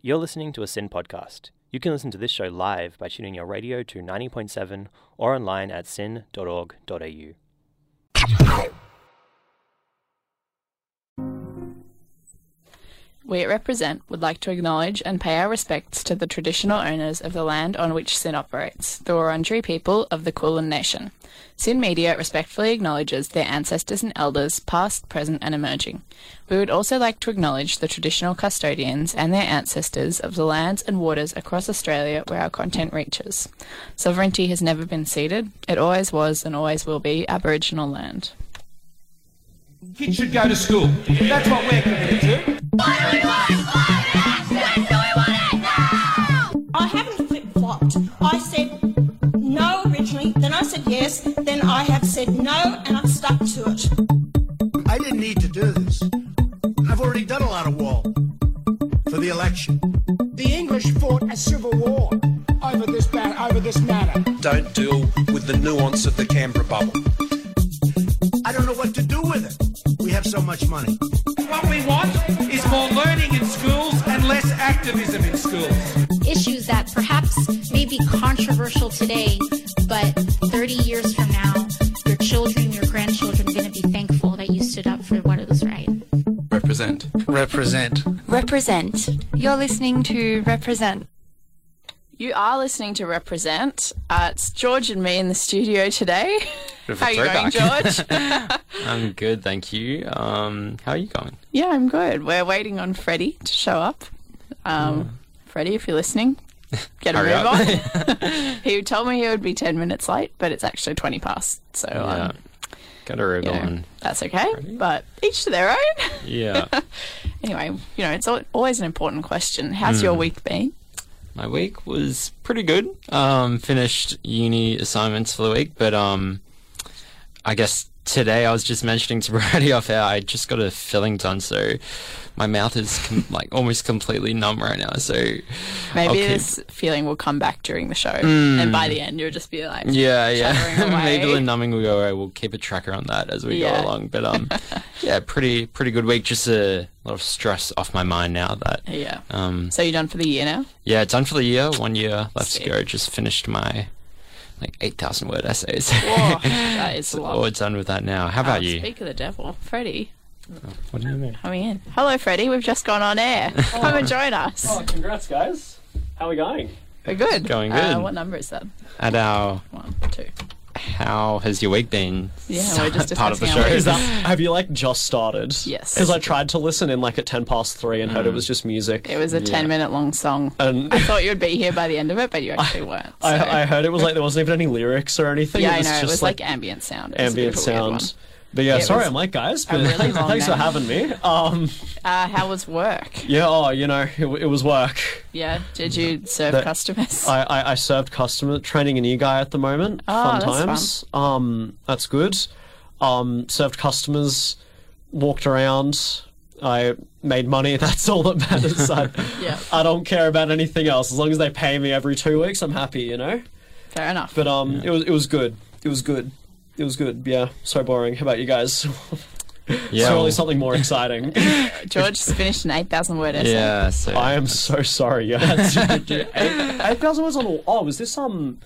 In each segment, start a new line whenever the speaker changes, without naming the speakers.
You're listening to a Sin podcast. You can listen to this show live by tuning your radio to 90.7 or online at sin.org.au.
We at Represent would like to acknowledge and pay our respects to the traditional owners of the land on which Sin operates, the Wurundjeri people of the Kulin Nation. Sin Media respectfully acknowledges their ancestors and elders, past, present, and emerging. We would also like to acknowledge the traditional custodians and their ancestors of the lands and waters across Australia where our content reaches. Sovereignty has never been ceded, it always was and always will be Aboriginal land.
Kids should go to school. That's what we're committed to.
I haven't flip flopped. I said no originally, then I said yes, then I have said no, and I've stuck to it.
I didn't need to do this. I've already done a lot of wall for the election.
The English fought a civil war over this bat- over this matter.
don't deal with the nuance of the Canberra bubble.
I don't know what to do with it. We have so much money.
What we want is more learning in schools and less activism in schools.
issues that perhaps may be controversial today, but 30 years from now, your children, your grandchildren are going to be thankful that you stood up for what was right.
Represent.
Represent.
Represent. You're listening to Represent.
You are listening to Represent. Uh, it's George and me in the studio today.
Bit of a
How are you going,
throwback.
George?
I'm good, thank you. Um, how are you going?
Yeah, I'm good. We're waiting on Freddie to show up. Um, Freddie, if you're listening, get a
Mm. Hurry
move
up.
on. he told me he would be 10 minutes late, but it's actually 20 past. So,
Yeah.
um,
Got a robe
you know,
on.
that's okay. But each to their own.
Yeah.
anyway, you know, it's al- always an important question. How's
Mm.
your week been?
My week was pretty good. Um, finished uni assignments for the week, but um, I guess today I was just mentioning to Brady off air. I just got a filling done, so my mouth is com- like almost completely numb right now. So
Maybe
Okay. Mm.
this feeling will come back during the show. And by the end, you'll just be like,
yeah,
Shuddering
yeah. Maybe
away.
the numbing will go away. We'll keep a tracker on that as we
Yeah.
go along. But um, yeah, pretty pretty good week. Just a lot of stress off my mind now that
yeah.
um
So you're done for the year now?
Yeah, done for the year. One year left
Sick.
to go. Just finished my like eight thousand word essays.
Whoa, that is a lot.
All done with that now. How
Oh,
about you?
Speak of the devil, Freddie.
What do you mean?
Coming in. Hello, Freddie. We've just gone on air. Come and join us.
Oh, Congrats, guys. How are we going?
We're good.
Going
Uh,
good.
what number is that?
At our,
One, two.
how has your week been?
Yeah, we're just
part of the
discussing
show.
our
Is that have you like just started?
Yes.
Because I tried to listen in like at ten past three and heard it was just music.
It was a 10 minute long song.
and
I thought you'd be here by the end of it, but you actually weren't. So.
I, I heard it was like there wasn't even any lyrics or anything.
yeah,
it
I
was
know. It
Just
was like, ambient sound. It was a bit
ambient
of a weird one.
sound. But yeah,
It
sorry
was
I'm late, guys.
a
But
really long
thanks for
name.
having me. Um,
Uh, how was work?
yeah, oh, you know, it, w- it was work.
Yeah. Did you serve
That-
customers?
I, I, I served customer training a new guy at the moment.
Ah,
fun
that's
times. Um, that's good. Um, served customers, walked around. I made money. That's all that matters. I,
Yeah.
I don't care about anything else. As long as they pay me every two weeks, I'm happy. You know.
Fair enough.
But um, it was it was good. It was good. It was good. Yeah. So boring. How about you guys?
yeah,
Surely
well,
something more exciting.
George's finished an 8,000 word essay.
yeah. So
I am so sorry. Yeah. that's- Eight thousand words on. all- Oh, was this um?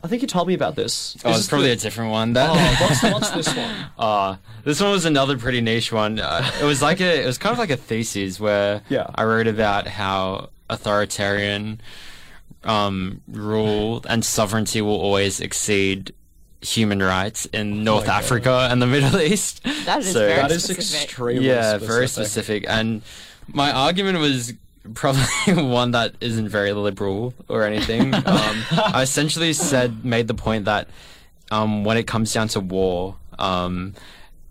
I think you told me about this.
Oh,
This
it's
is
probably
the-
a different one. That
Oh, what's, what's this one?
Uh, this one was another pretty niche one. Uh, it was like a, it was kind of like a thesis where
Yeah.
I wrote about how authoritarian um, rule and sovereignty will always exceed human rights in North Africa and the Middle East.
That is
So-
very
That is
specific.
extremely
yeah,
specific.
very specific. And my argument was probably one that isn't very liberal or anything. um, I essentially said, made the point that um, when it comes down to war, um,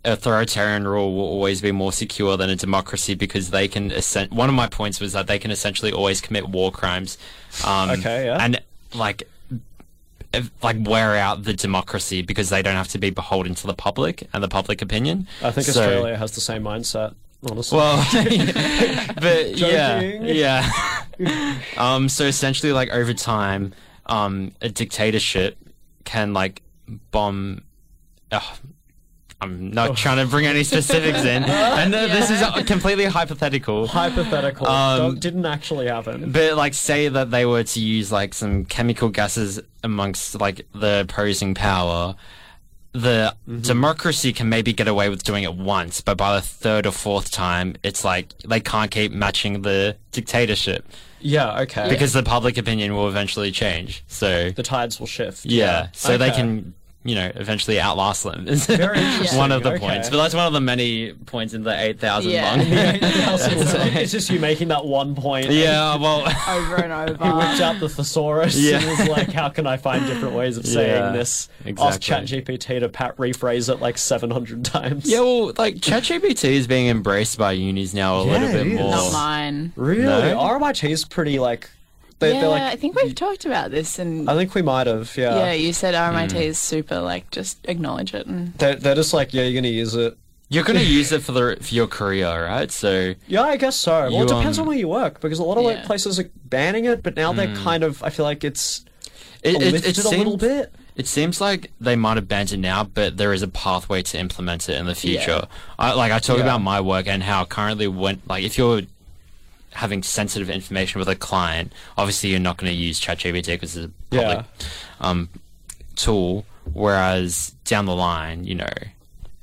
authoritarian rule will always be more secure than a democracy because they can. Essen- one of my points was that they can essentially always commit war crimes. Um,
Okay, yeah.
And like if- like wear out the democracy because they don't have to be beholden to the public and the public opinion.
I think
So-
Australia has the same mindset. Honestly,
Well, but yeah,
Joking.
yeah. um, so essentially, like over time, um, a dictatorship can like bomb. Ugh, I'm not trying to bring any specifics in. And uh, this is uh, completely hypothetical.
Hypothetical.
Um,
Don't- didn't actually happen.
But like, say that they were to use like some chemical gases amongst like the opposing power, the
Mm-hmm.
democracy can maybe get away with doing it once, but by the third or fourth time, it's like they can't keep matching the dictatorship
Yeah. Okay.
because the public opinion will eventually change. So
the tides will shift.
yeah, so they
Okay.
can. You know, eventually outlast them. Is
Very interesting,
one of the
okay.
points, but that's one of the many points in the eight thousand
Yeah.
long.
it's just you making that one point.
Yeah, well,
over and over.
He whipped out the thesaurus
Yeah.
and was like, "How can I find different ways of saying
Yeah,
this?" Ask
exactly.
ChatGPT to pat rephrase it like seven hundred times.
Yeah, well, like ChatGPT is being embraced by unis now a
Yeah,
little
it
bit
is.
more.
Not
mine.
Really,
No.
RMIT is pretty like they,
yeah,
they're like.
I think we've talked about this, and
I Mm. think we might have. Yeah.
yeah, you said RMIT is super. Like, just acknowledge it, and
They're, they're just like, yeah, you're gonna use it.
You're gonna use it for the for your career, right? So
Yeah, I guess so. Well,
You,
it depends
um,
on where you work because a lot of workplaces are banning it, but now they're kind of. I feel like it's
Hmm. it, it, it
lifted
seems,
a little bit.
It seems like they might have banned it now, but there is a pathway to implement it in the future. I, like I talk
Yeah.
about my work and how currently when like if you're having sensitive information with a client, obviously you're not going to use ChatGPT because it's a public um, tool. Whereas down the line, you know,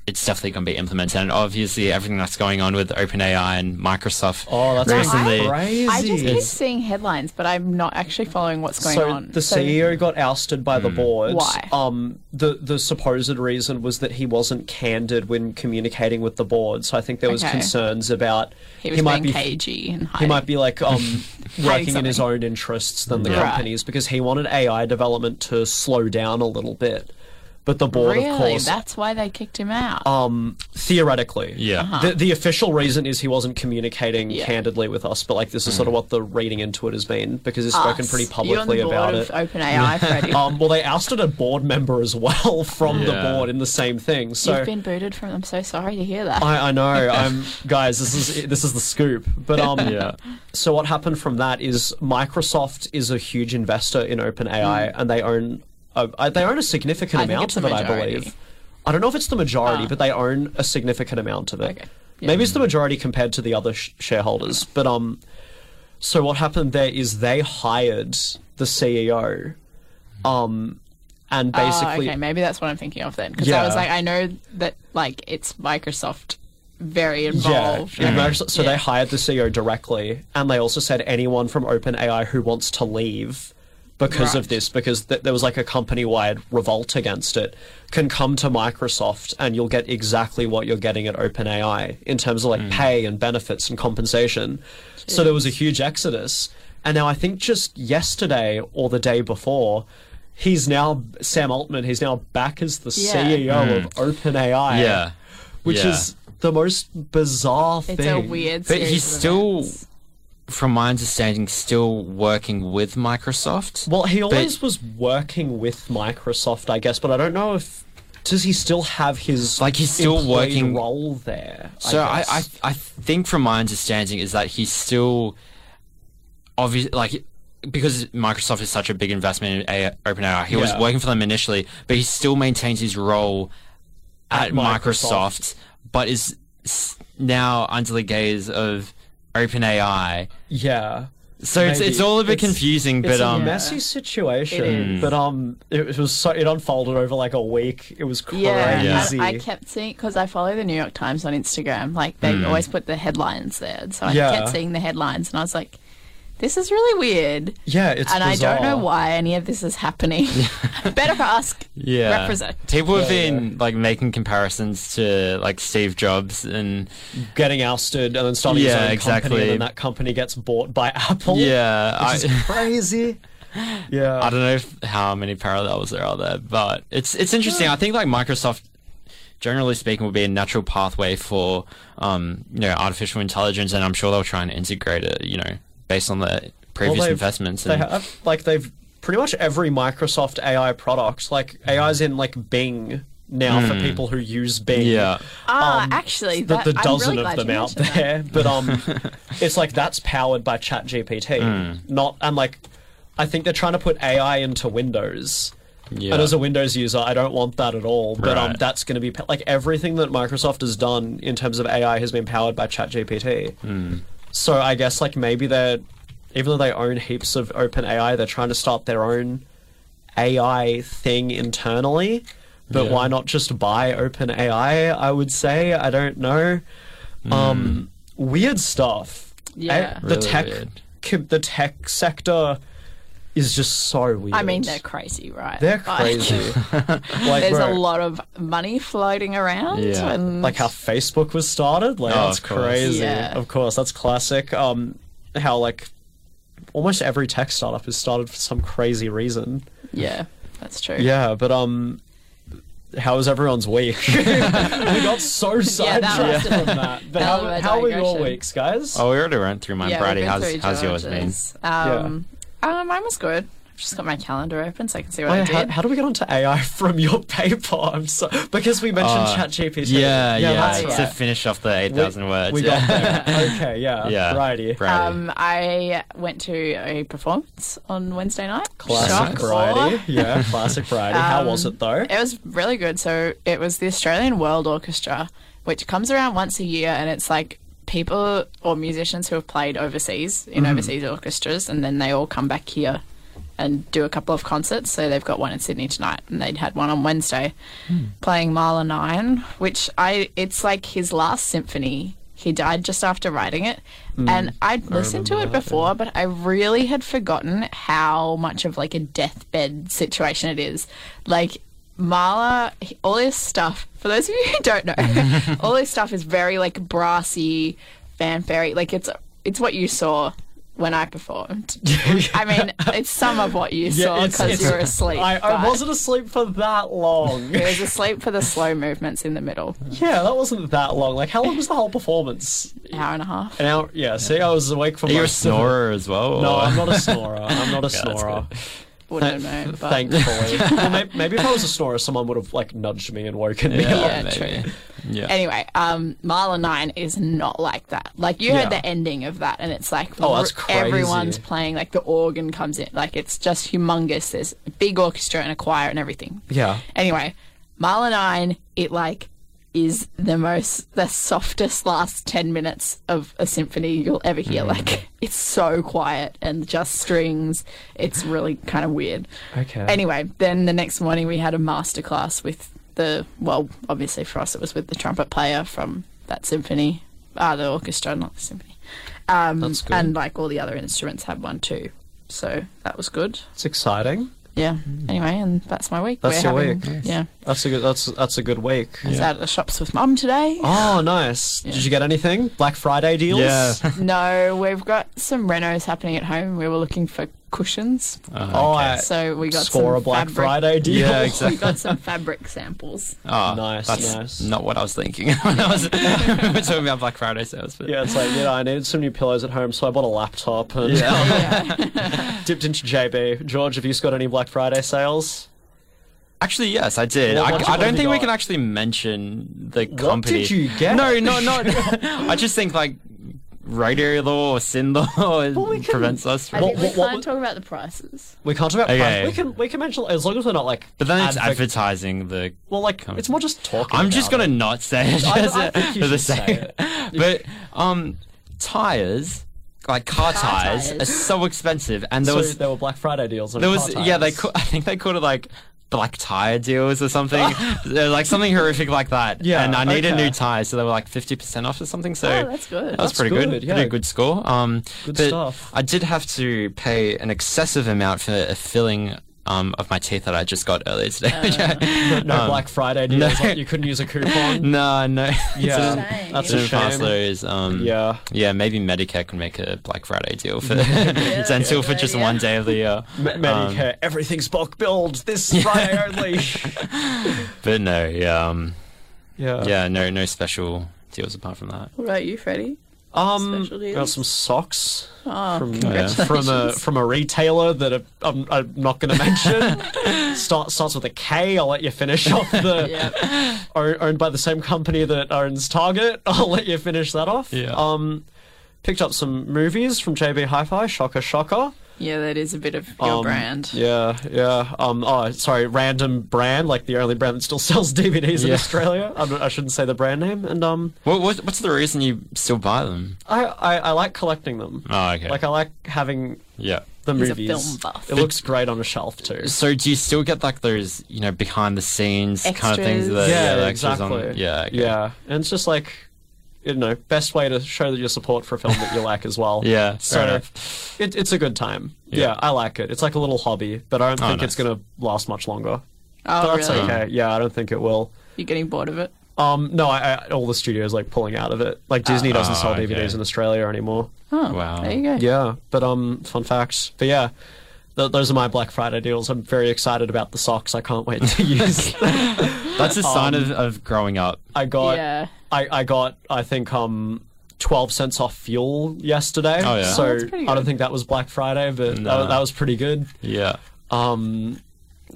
it's definitely going to be implemented. And obviously, everything that's going on with OpenAI and Microsoft
Oh, that's
recently.
crazy.
I just keep
It's-
seeing headlines, but I'm not actually following what's going
so
on.
the E CEO got ousted by the board.
Why?
Um, the the supposed reason was that he wasn't candid when communicating with the board. So I think there was
Okay.
concerns about
he was
might be
being cagey and
he
hiding.
might be like um, working in his
something.
own interests than the
Yeah. Right.
companies because he wanted AI development to slow down a little bit. But the board,
really,
of course,
that's why they kicked him out.
um, theoretically,
Yeah.
The, the official reason is he wasn't communicating
Uh-huh. Yeah.
candidly with us, but like this
Hmm.
is sort of what the reading into it has been because he's spoken
Us.
pretty
You're on the
publicly
board
about
of
it.
OpenAI, Freddie.
Um, well, they ousted a board member as well from the
Yeah.
board in the same thing. So
You've been booted from. I'm so sorry to hear that.
I, I know. I'm guys. This is this is the scoop. But um,
Yeah.
So what happened from that is Microsoft is a huge investor in OpenAI, and they own a, uh, they own a significant
Hmm. I think
amount
it's
of
the
it. I
majority.
believe. I don't know if it's the majority,
Ah.
but they own a significant amount of it. Maybe it's the majority compared to the other sh- shareholders. But um, so what happened there is they hired the CEO, um, and
Ah,
basically
okay, maybe that's what I'm thinking of then. Because I
Yeah.
was like, I know that like it's Microsoft very
Yeah,
involved.
and Microsoft- so they hired the CEO directly, and they also said anyone from OpenAI who wants to leave because of
Right.
this, because th- there was like a company-wide revolt against it, can come to Microsoft, and you'll get exactly what you're getting at OpenAI in terms of like pay and benefits and compensation. So there was a huge exodus, and now I think just yesterday or the day before. He's now Sam Altman. He's now back as the
Yeah.
CEO of OpenAI.
Yeah.
which
Yeah.
is the most bizarre thing.
It's a weird.
But
series
he's
of
still, from my understanding, still working with Microsoft.
Well, he always was working with Microsoft, I guess, but I don't know if does he still have his
Like, he's still
employee
working-
role there.
So I, I,
guess.
I think from my understanding is that he's still, obvious like, because Microsoft is such a big investment in AI, OpenAI, he was
Yeah.
working for them initially, but he still maintains his role at,
At
Microsoft, but is s- now under the gaze of OpenAI.
yeah.
So it's,
Maybe.
it's all a bit
It's-
confusing,
it's
but
a
um,
messy situation.
It is.
But um, it, was so it unfolded over like a week. It was crazy.
Yeah, and I, kept seeing because I follow the New York Times on Instagram. Like they always put the headlines there, and so I
Hmm. Yeah.
kept seeing the headlines, and I was like, "This is really weird,"
Yeah, it's
and I don't know
bizarre.
why any of this is happening. Better ask.
yeah.
represent.
People have been like making comparisons to like Steve Jobs and
Getting ousted and then starting his
Yeah,
own company,
exactly.
and then that company gets bought by Apple.
yeah, I,
which is crazy. Yeah,
I don't know if, how many parallels there are there, but it's it's interesting. I think like Microsoft, generally speaking, will be a natural pathway for um, you know artificial intelligence, and I'm sure they'll try and integrate it. You know, based on their previous
they've-
investments.
They
And,
have like they've pretty much every Microsoft AI product. Like AI's in like Bing now for people who use Bing.
Hmm. yeah,
Ah, actually,
um, The,
that,
the
I'm
dozen
really
of
glad
them
you
out
mentioned that.
there, but um, it's like that's powered by ChatGPT. Not and like, I think they're trying to put AI into Windows, And as a Windows user, I don't want that at all. But um,
Right.
that's going to be pa- like everything that Microsoft has done in terms of AI has been powered by ChatGPT.
Mm.
So I guess like maybe they're even though they own heaps of open AI, they're trying to start their own AI thing internally. But
Yeah.
why not just buy open AI, I would say. I don't know.
Hmm.
Um weird stuff.
Yeah.
Eh,
Really
the tech
weird.
ki- the tech sector is just so weird.
I mean, they're crazy, right?
They're
But-
crazy. Like,
There's
bro.
a lot of money floating around. And
Like how Facebook was started. Like
Oh,
that's
of course.
crazy.
Yeah.
Of course, that's classic. Um how like almost every tech startup is started for some crazy reason.
yeah, that's true.
Yeah, but um how was everyone's week? we got so
Yeah, that
sidetracked
was-
from that. But
that
how,
was a
how were your
digression.
weeks, guys?
Oh, we already went through mine.
Yeah,
Brady,
we've been
how's,
through
how's yours been?
George's. Um, uh, mine was good. I've just got my calendar open so I can see what
Wait,
I
Oh, how,
did.
how do we get onto AI from your paper? I'm so because we mentioned
Uh,
ChatGPT.
Yeah, yeah.
that's
To
right.
finish off the 8,000 words.
We
yeah.
got there. okay, yeah.
yeah.
Righty.
Um, I went to a performance on Wednesday night.
Classic
Shock
variety.
awe.
Yeah, classic variety. How was
Um,
it though?
It was really good. So it was the Australian World Orchestra, which comes around once a year, and it's like people or musicians who have played overseas in
Mhm.
overseas orchestras, and then they all come back here and do a couple of concerts. So they've got one in Sydney tonight, and they'd had one on Wednesday, playing Mahler Nine, which I it's like his last symphony. He died just after writing it,
Hmm.
Mm.
and I'd
I
listened to it
remember that,
before, but I really had forgotten how much of like a deathbed situation it is. Like Marla, he- all his stuff. For those of you who don't know, all his stuff is very like brassy, fanfare. Like it's it's what you saw when I performed. I mean, it's some of what you
Yeah,
saw
it's-
because
it's-
you were asleep.
I, I
but
wasn't asleep for that long.
It was asleep for the slow movements in the middle.
yeah, that wasn't that long. Like, how long was the whole performance?
Hour and a half.
An hour. Yeah. See, I was awake for.
Are you a
most of it.
snorer as well?
No,
or-
I'm not a snorer. I'm not a
Yeah, that's
snorer.
Wouldn't know. But
Thankfully. well, maybe, maybe if I was a snorer, someone would have like nudged me and woken me
Yeah,
up.
Yeah, maybe. true.
Yeah.
Anyway, um, Marla Nine is not like that. Like you heard
Yeah.
the ending of that, and it's like
Oh, that's
r- everyone's
crazy.
playing. Like the organ comes in, like it's just humongous. There's a big orchestra and a choir and everything.
Yeah.
Anyway, Marla Nine, it like is the most the softest last ten minutes of a symphony you'll ever hear.
Mm.
Like it's so quiet and just strings. It's really kind of weird.
Okay.
Anyway, then the next morning we had a masterclass with the well, obviously for us it was with the trumpet player from that symphony, uh, the orchestra, not the symphony. Um,
That's good.
And like all the other instruments had one too, so that was good.
It's exciting.
Yeah. Anyway, and that's my week.
Hmm. That's
We're
your
having-
week.
Yeah.
That's a good. That's that's a good week.
I was out at the shops with mum today.
Oh, nice. Did you get anything? Black Friday deals?
Yeah.
no, we've got some renos happening at home. We were looking for cushions.
Uh-huh.
Oh, I
So we got
score a
some
Black
fabric-
Friday deal.
Yeah,
We
exactly.
got some fabric samples.
Oh,
Nice,
That's
nice.
not what I was thinking when I was when we were talking about Black Friday sales. But
Yeah, it's like, you know, I needed some new pillows at home, so I bought a laptop and dipped into JB. George, have you got any Black Friday sales?
Actually, yes, I did.
What-
I,
what-
I
what have
don't
you
think we
got?
can actually mention the company.
did you get?
No, no, no. I just think like radio law or sin law prevents us
I
from.
think we
what- what
can't
was-
talk about the prices.
We can't talk about
Okay.
price. We can we can mention as long as we're not like.
But then it's
advoc-
advertising the.
Well, like it's more just talking.
I'm just
about
gonna
it.
not say it
I- I
just
think you
for the
should say
sake. But um, tires, like car, tires,
tires.
are so expensive, and there
so
was
there were Black Friday deals. On
There
car
was yeah, they
tires.
ca- I think they called it like black tire deals or something, Uh, like something horrific like that.
Yeah,
and I need a
okay.
new tire, so they were like fifty percent off or something. So
Oh, that's good.
That was
That's
pretty good.
good, yeah.
Pretty good score. Um,
Good
but
stuff.
I did have to pay an excessive amount for a filling. Um, of my teeth that I just got earlier today.
Uh, no
Um,
Black Friday deals.
no.
like, you couldn't use a coupon.
No, no.
Yeah,
Dang.
that's a
didn't pass
shame. Mm.
those. Um,
Yeah.
yeah. Maybe Medicare can make a Black Friday deal for it's until for just one day of the year.
Me- Medicare, everything's bulk billed this Friday only.
But no, yeah, um,
yeah.
yeah, no, no special deals apart from that.
What about you, Freddie?
Um,
Special
we got
deals.
some socks
Oh,
from
congratulations.
from a from a retailer that I- I'm, I'm not going to mention. Start starts with a K. I'll let you finish off the o- owned by the same company that owns Target. I'll let you finish that off.
Yeah.
Um, picked up some movies from JB Hi-Fi. Shocker, shocker.
Yeah, that is a bit of your
Um,
brand.
Yeah, yeah. Um, oh, sorry, random brand, like the only brand that still sells DVDs in
Yeah.
Australia. I'm not, I shouldn't say the brand name. And um,
What, what, what's the reason you still buy them?
I, I, I like collecting them.
Oh, okay.
Like I like having
yeah.
the
He's a
movies.
film buff.
It looks great on a shelf too.
So do you still get like those, you know, behind the scenes kind of things? That,
yeah,
the extras
exactly.
On, yeah, okay.
yeah. And it's just like, you know, best way to show that your support for a film that you like as well.
Yeah, fair
So
enough.
it, it's a good time.
Yeah.
Yeah. I like it. It's like a little hobby, but I don't
Oh,
think it's
nice.
going to last much longer.
Oh,
but that's
really?
okay. Yeah, I don't think it will.
You're getting bored of it.
Um, no, I, I, all the studios like pulling out of it. Like Disney doesn't
Oh,
sell
okay.
DVDs in Australia anymore.
Oh,
Wow.
There you go.
Yeah, but um, fun facts. But yeah, th- those are my Black Friday deals. I'm very excited about the socks. I can't wait to use.
That's a sign of, of growing up.
I got.
Yeah.
I, I got. I think um. 12 cents off fuel yesterday.
Oh, yeah.
So
Oh, that's pretty
I don't
good.
think that was Black Friday, but
No.
that, that was pretty good.
Yeah.
Um,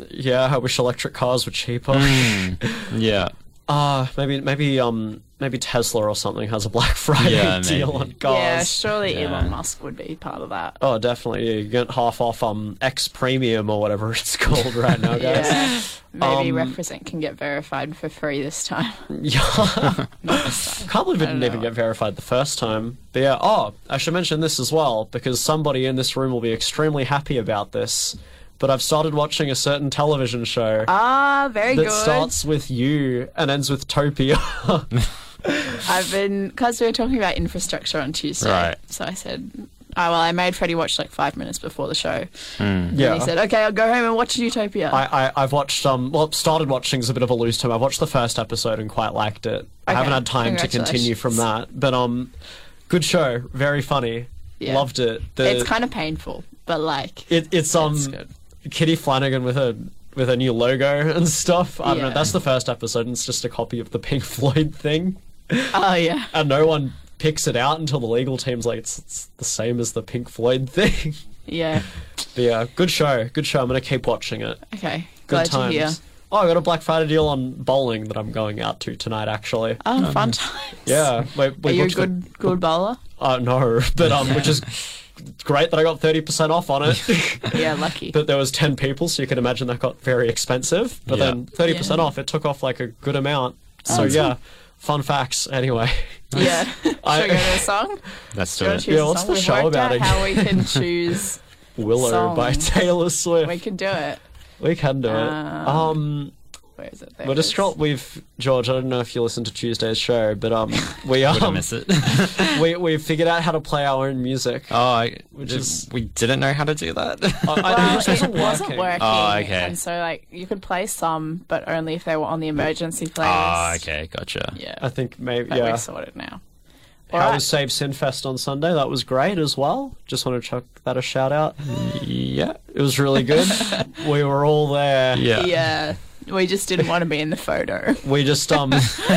yeah, I wish electric cars were cheaper.
Hmm. Yeah.
Uh, maybe maybe um maybe Tesla or something has a Black Friday
Yeah,
deal on
maybe.
cars.
Yeah, surely
Yeah.
Elon Musk would be part of that.
Oh, definitely. Yeah, you get half off um X Premium or whatever it's called right now, guys.
Yeah. Maybe
Um,
represent can get verified for free this time.
Yeah. Can't believe it didn't even get verified the first time. But yeah, oh, I should mention this as well because somebody in this room will be extremely happy about this. But I've started watching a certain television show
Ah, very
that
good.
starts with you and ends with Topia.
I've been because we were talking about infrastructure on Tuesday,
Right.
so I said, oh, "Well, I made Freddie watch like five minutes before the show."
Hmm. yeah.
He said, "Okay, I'll go home and watch Utopia."
I, I, I've watched um well started watching is a bit of a loose term. I've watched the first episode and quite liked it. I
Okay,
haven't had time to continue
congratulations.
from that, but um, good show, very funny,
Yeah.
loved it. The,
it's kind of painful, but like,
it, it's um
it's good.
Kitty Flanagan with a with a new logo and stuff. I don't
Yeah.
know. That's the first episode, and it's just a copy of the Pink Floyd thing,
oh yeah,
and no one picks it out until the legal team's like it's, it's the same as the Pink Floyd thing.
yeah.
but yeah, good show, good show. I'm gonna keep watching it.
Okay,
Good
glad
times.
to hear.
Oh, I got a Black Friday deal on bowling that I'm going out to tonight. Actually,
Oh, fun times.
yeah. We, we
Are you a
booked the-
good good bowler?
uh, no, but um, which is great that I got thirty percent off on it.
Yeah, lucky.
but there was ten people, so you can imagine that got very expensive. But
Yeah.
then thirty percent
Yeah. Oh,
off, it took off like a good amount. So yeah, fun facts. Anyway,
yeah. Should
I-
I go to a song?
That's
Do you
true.
want to choose
Yeah,
a
what's
song?
the
We've
show
worked
about
out
again?
how we can choose.
Willow by
Songs.
Taylor Swift.
We
We,
can do it.
can do it.
Um,
Um,
Where is it? There
we're
it is.
just scroll. We've George. I don't know if you listen to Tuesday's show, but um, we
Wouldn't
um,
miss it.
we we figured out how to play our own music.
oh, I,
Which is-
we didn't know how to do that.
I- I-
Well,
it
it
just
wasn't
wasn't
working.
working.
Oh, okay.
And so, like, you could play some, but only if they were on the emergency playlist.
Ah, okay, gotcha.
Yeah.
I think maybe
But
yeah.
we've sorted now. All
How
right.
was Save Sinfest on Sunday? That was great as well. Just want to chuck that a shout out.
Yeah.
It was really good. we were all there.
Yeah.
yeah. We just didn't want to be in the photo.
We just um,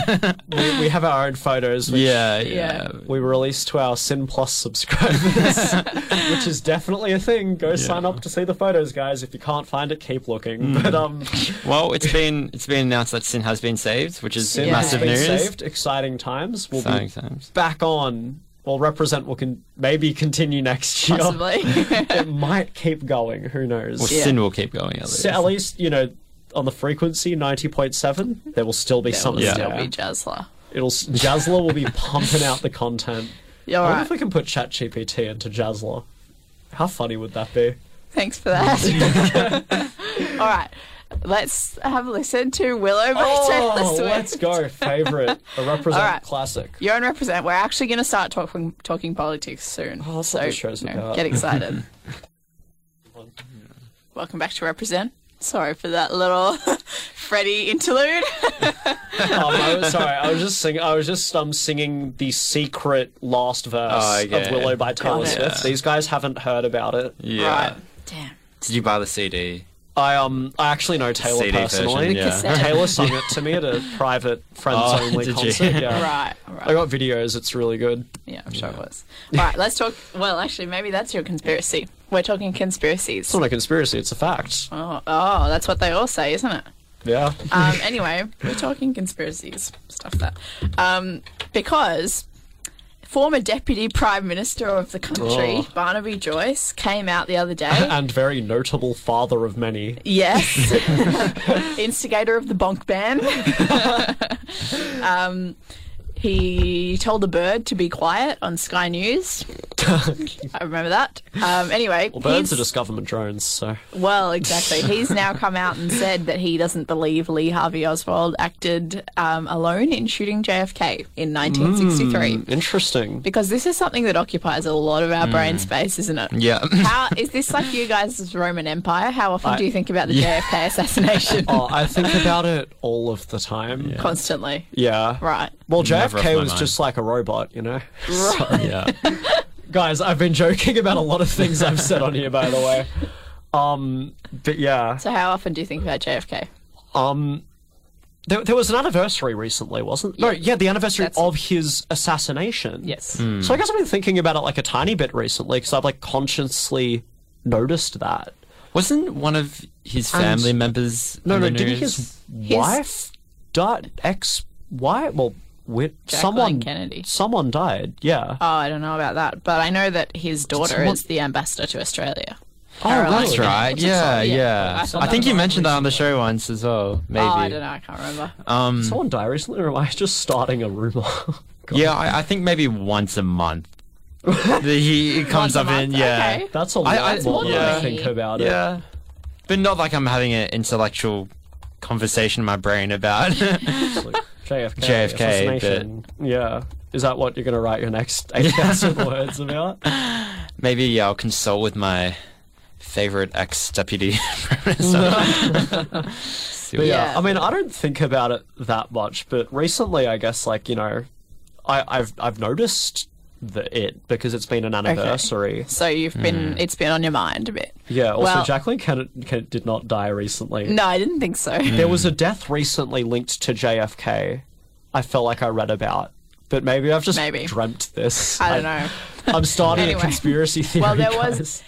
we, we have our own photos. Which
Yeah.
Yeah.
Yeah.
We release to our Sin Plus subscribers, which is definitely a thing. Go sign up to see the photos, guys. If you can't find it, keep looking.
Mm.
But um,
Well, it's been it's been announced that Sin has been saved, which is
Sin has
massive
been
news.
saved. Exciting times. We'll
Exciting
be
times.
back on. We'll represent. We'll can maybe continue next year.
Possibly.
It might keep going. Who knows?
Well, Sin will keep going at least.
So at least you know on the frequency ninety point seven, there will still be
There will
something.
Yeah.
still
there.
be Jasla.
It'll Jasla will be pumping out the content.
Yeah, all
I wonder
right.
if we can put ChatGPT into Jasla. How funny would that be?
Thanks for that. all right. Let's have a listen to Willow by Taylor
Oh,
Swift.
let's go. Favorite. A represent
Alright.
classic.
You're on represent. We're actually going to start talking talking politics soon.
Oh, that's
so
what the show's
you know,
about.
get excited. Welcome back to represent. Sorry for that little Freddy interlude.
Um, I was, sorry, I was just singing. I was just um, singing the secret last verse
Oh, okay.
of Willow by Taylor
Got it.
Swift. These guys haven't heard about it.
yeah.
Right. Damn.
Did you buy the CD?
I um I actually know Taylor
CD version,
personally.
yeah. Cassette.
Taylor sung it to me at a private friends
Oh,
only
did you?
concert. Yeah.
Right.
I
Right.
got videos. It's really good.
yeah, I'm sure it was. All right. Let's talk. Well, actually, maybe that's your conspiracy. We're talking conspiracies.
It's not a conspiracy. It's a fact.
Oh, oh, that's what they all say, isn't it?
Yeah.
Um, anyway, we're talking conspiracies, stuff that. Um, because former Deputy Prime Minister of the country,
Oh.
Barnaby Joyce, came out the other day.
and very notable father of many.
Yes, instigator of the bonk ban. um, he told a bird to be quiet on Sky News. I remember that. Um, anyway,
Well, birds
he's-
are just government drones, so.
Well, exactly. He's now come out and said that he doesn't believe Lee Harvey Oswald acted um, alone in shooting JFK in 1963.
Mm, interesting.
Because this is something that occupies a lot of our brain space, isn't it?
Yeah.
How is this like you guys' Roman Empire? How often
I-
do you think about the
Yeah.
JFK assassination?
oh, I think about it all of the time. Yeah.
Constantly.
yeah.
Right.
Well,
Never off my
JFK was
mind.
just like a robot, you know?
Right.
yeah. Guys, I've been joking about a lot of things I've said on here, by the way. Um, but yeah.
So how often do you think about JFK?
Um, there, there was an anniversary recently, wasn't No, yeah, the anniversary of his assassination.
Yes.
Hmm.
So I guess I've been thinking about it like a tiny bit recently because I've like consciously noticed that.
Wasn't one of his
And-
family members?
No,
in
no,
the
didn't
news?
his wife die? Ex wife? Well, wi-
Jacqueline
someone
Kennedy.
Someone died. Yeah.
Oh, I don't know about that, but I know that his daughter
Someone-
is the ambassador to Australia.
Oh,
Caroline
that's right.
Kennedy.
Yeah, yeah.
I
I,
thought that
think
was
you mentioned that on the show once as well. Maybe.
Oh, I don't know. I can't remember.
Um,
Someone died recently, or am I just starting a rumor?
yeah, I, I think maybe once a month. that he he
Once
comes
a
up in.
month,
Yeah,
okay. That's a lot more than I think about it.
Yeah, but not like I'm having an intellectual conversation in my brain about.
JFK.
JFK,
assassination. Yeah. Is that what you're going to write your next 8,000 words about?
Maybe I'll consult with my favorite ex deputy prime minister. See
But
what-
yeah, I mean, I don't think about it that much, but recently, I guess, like you know, I, I've I've noticed the it because it's been an anniversary.
So you've been, it's been on your mind a bit.
Mm. Yeah. Also,
Well-
Jacqueline Kennedy Ken- did not die recently.
No, I didn't think so.
There was a death recently linked to JFK. I felt like I read about, but maybe I've just
Maybe.
dreamt this.
I don't know.
I'm starting
Anyway.
a conspiracy theory.
Well, there
guys.
was.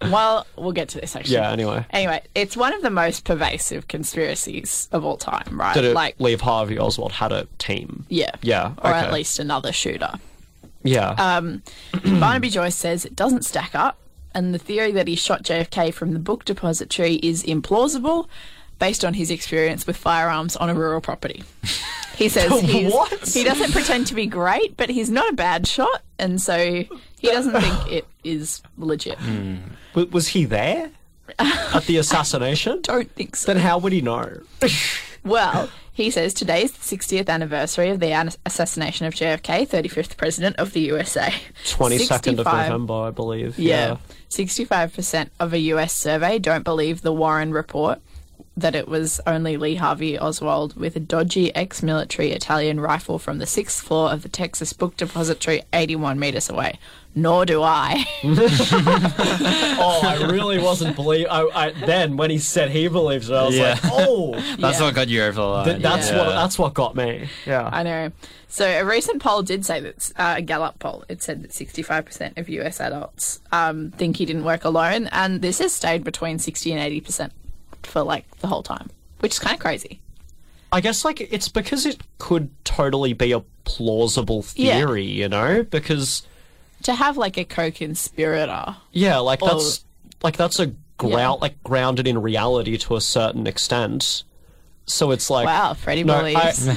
Well, we'll get to this actually.
Yeah. Anyway,
Anyway, it's one of the most pervasive conspiracies of all time, right?
did it
Uh, like,
leave Harvey Oswald had a team?
yeah.
Yeah.
Or at
okay.
least another shooter.
Yeah.
Um, Barnaby Joyce says it doesn't stack up, and the theory that he shot JFK from the book depository is implausible based on his experience with firearms on a rural property. He says he's,
What?
he doesn't pretend to be great, but he's not a bad shot, and so he doesn't think it is legit.
W- was he there at the assassination?
don't think so.
Then how would he know?
Well, he says today is the 60th anniversary of the an- assassination of JFK, 35th president of the USA.
22nd of
65
November, I believe.
Yeah. 65% of a US survey don't believe the Warren report that it was only Lee Harvey Oswald with a dodgy ex military Italian rifle from the sixth floor of the Texas Book Depository 81 metres away. Nor do I.
oh, I really wasn't believe. I, I then when he said he believes it, I was
Yeah.
like, oh,
That's what got you over the line.
Th- that's what
Yeah.
that's what got me. Yeah.
I know. So a recent poll did say that uh, a Gallup poll. It said that 65% of US adults um, think he didn't work alone, and this has stayed between 60 and 80% for like the whole time, which is kind of crazy.
I guess like it's because it could totally be a plausible
Yeah.
theory, you know, because
To have like a co-conspirator,
yeah, like
Or-
that's like that's a ground like grounded in reality to a certain extent. So it's like
Wow, Freddie
no, I-
believes.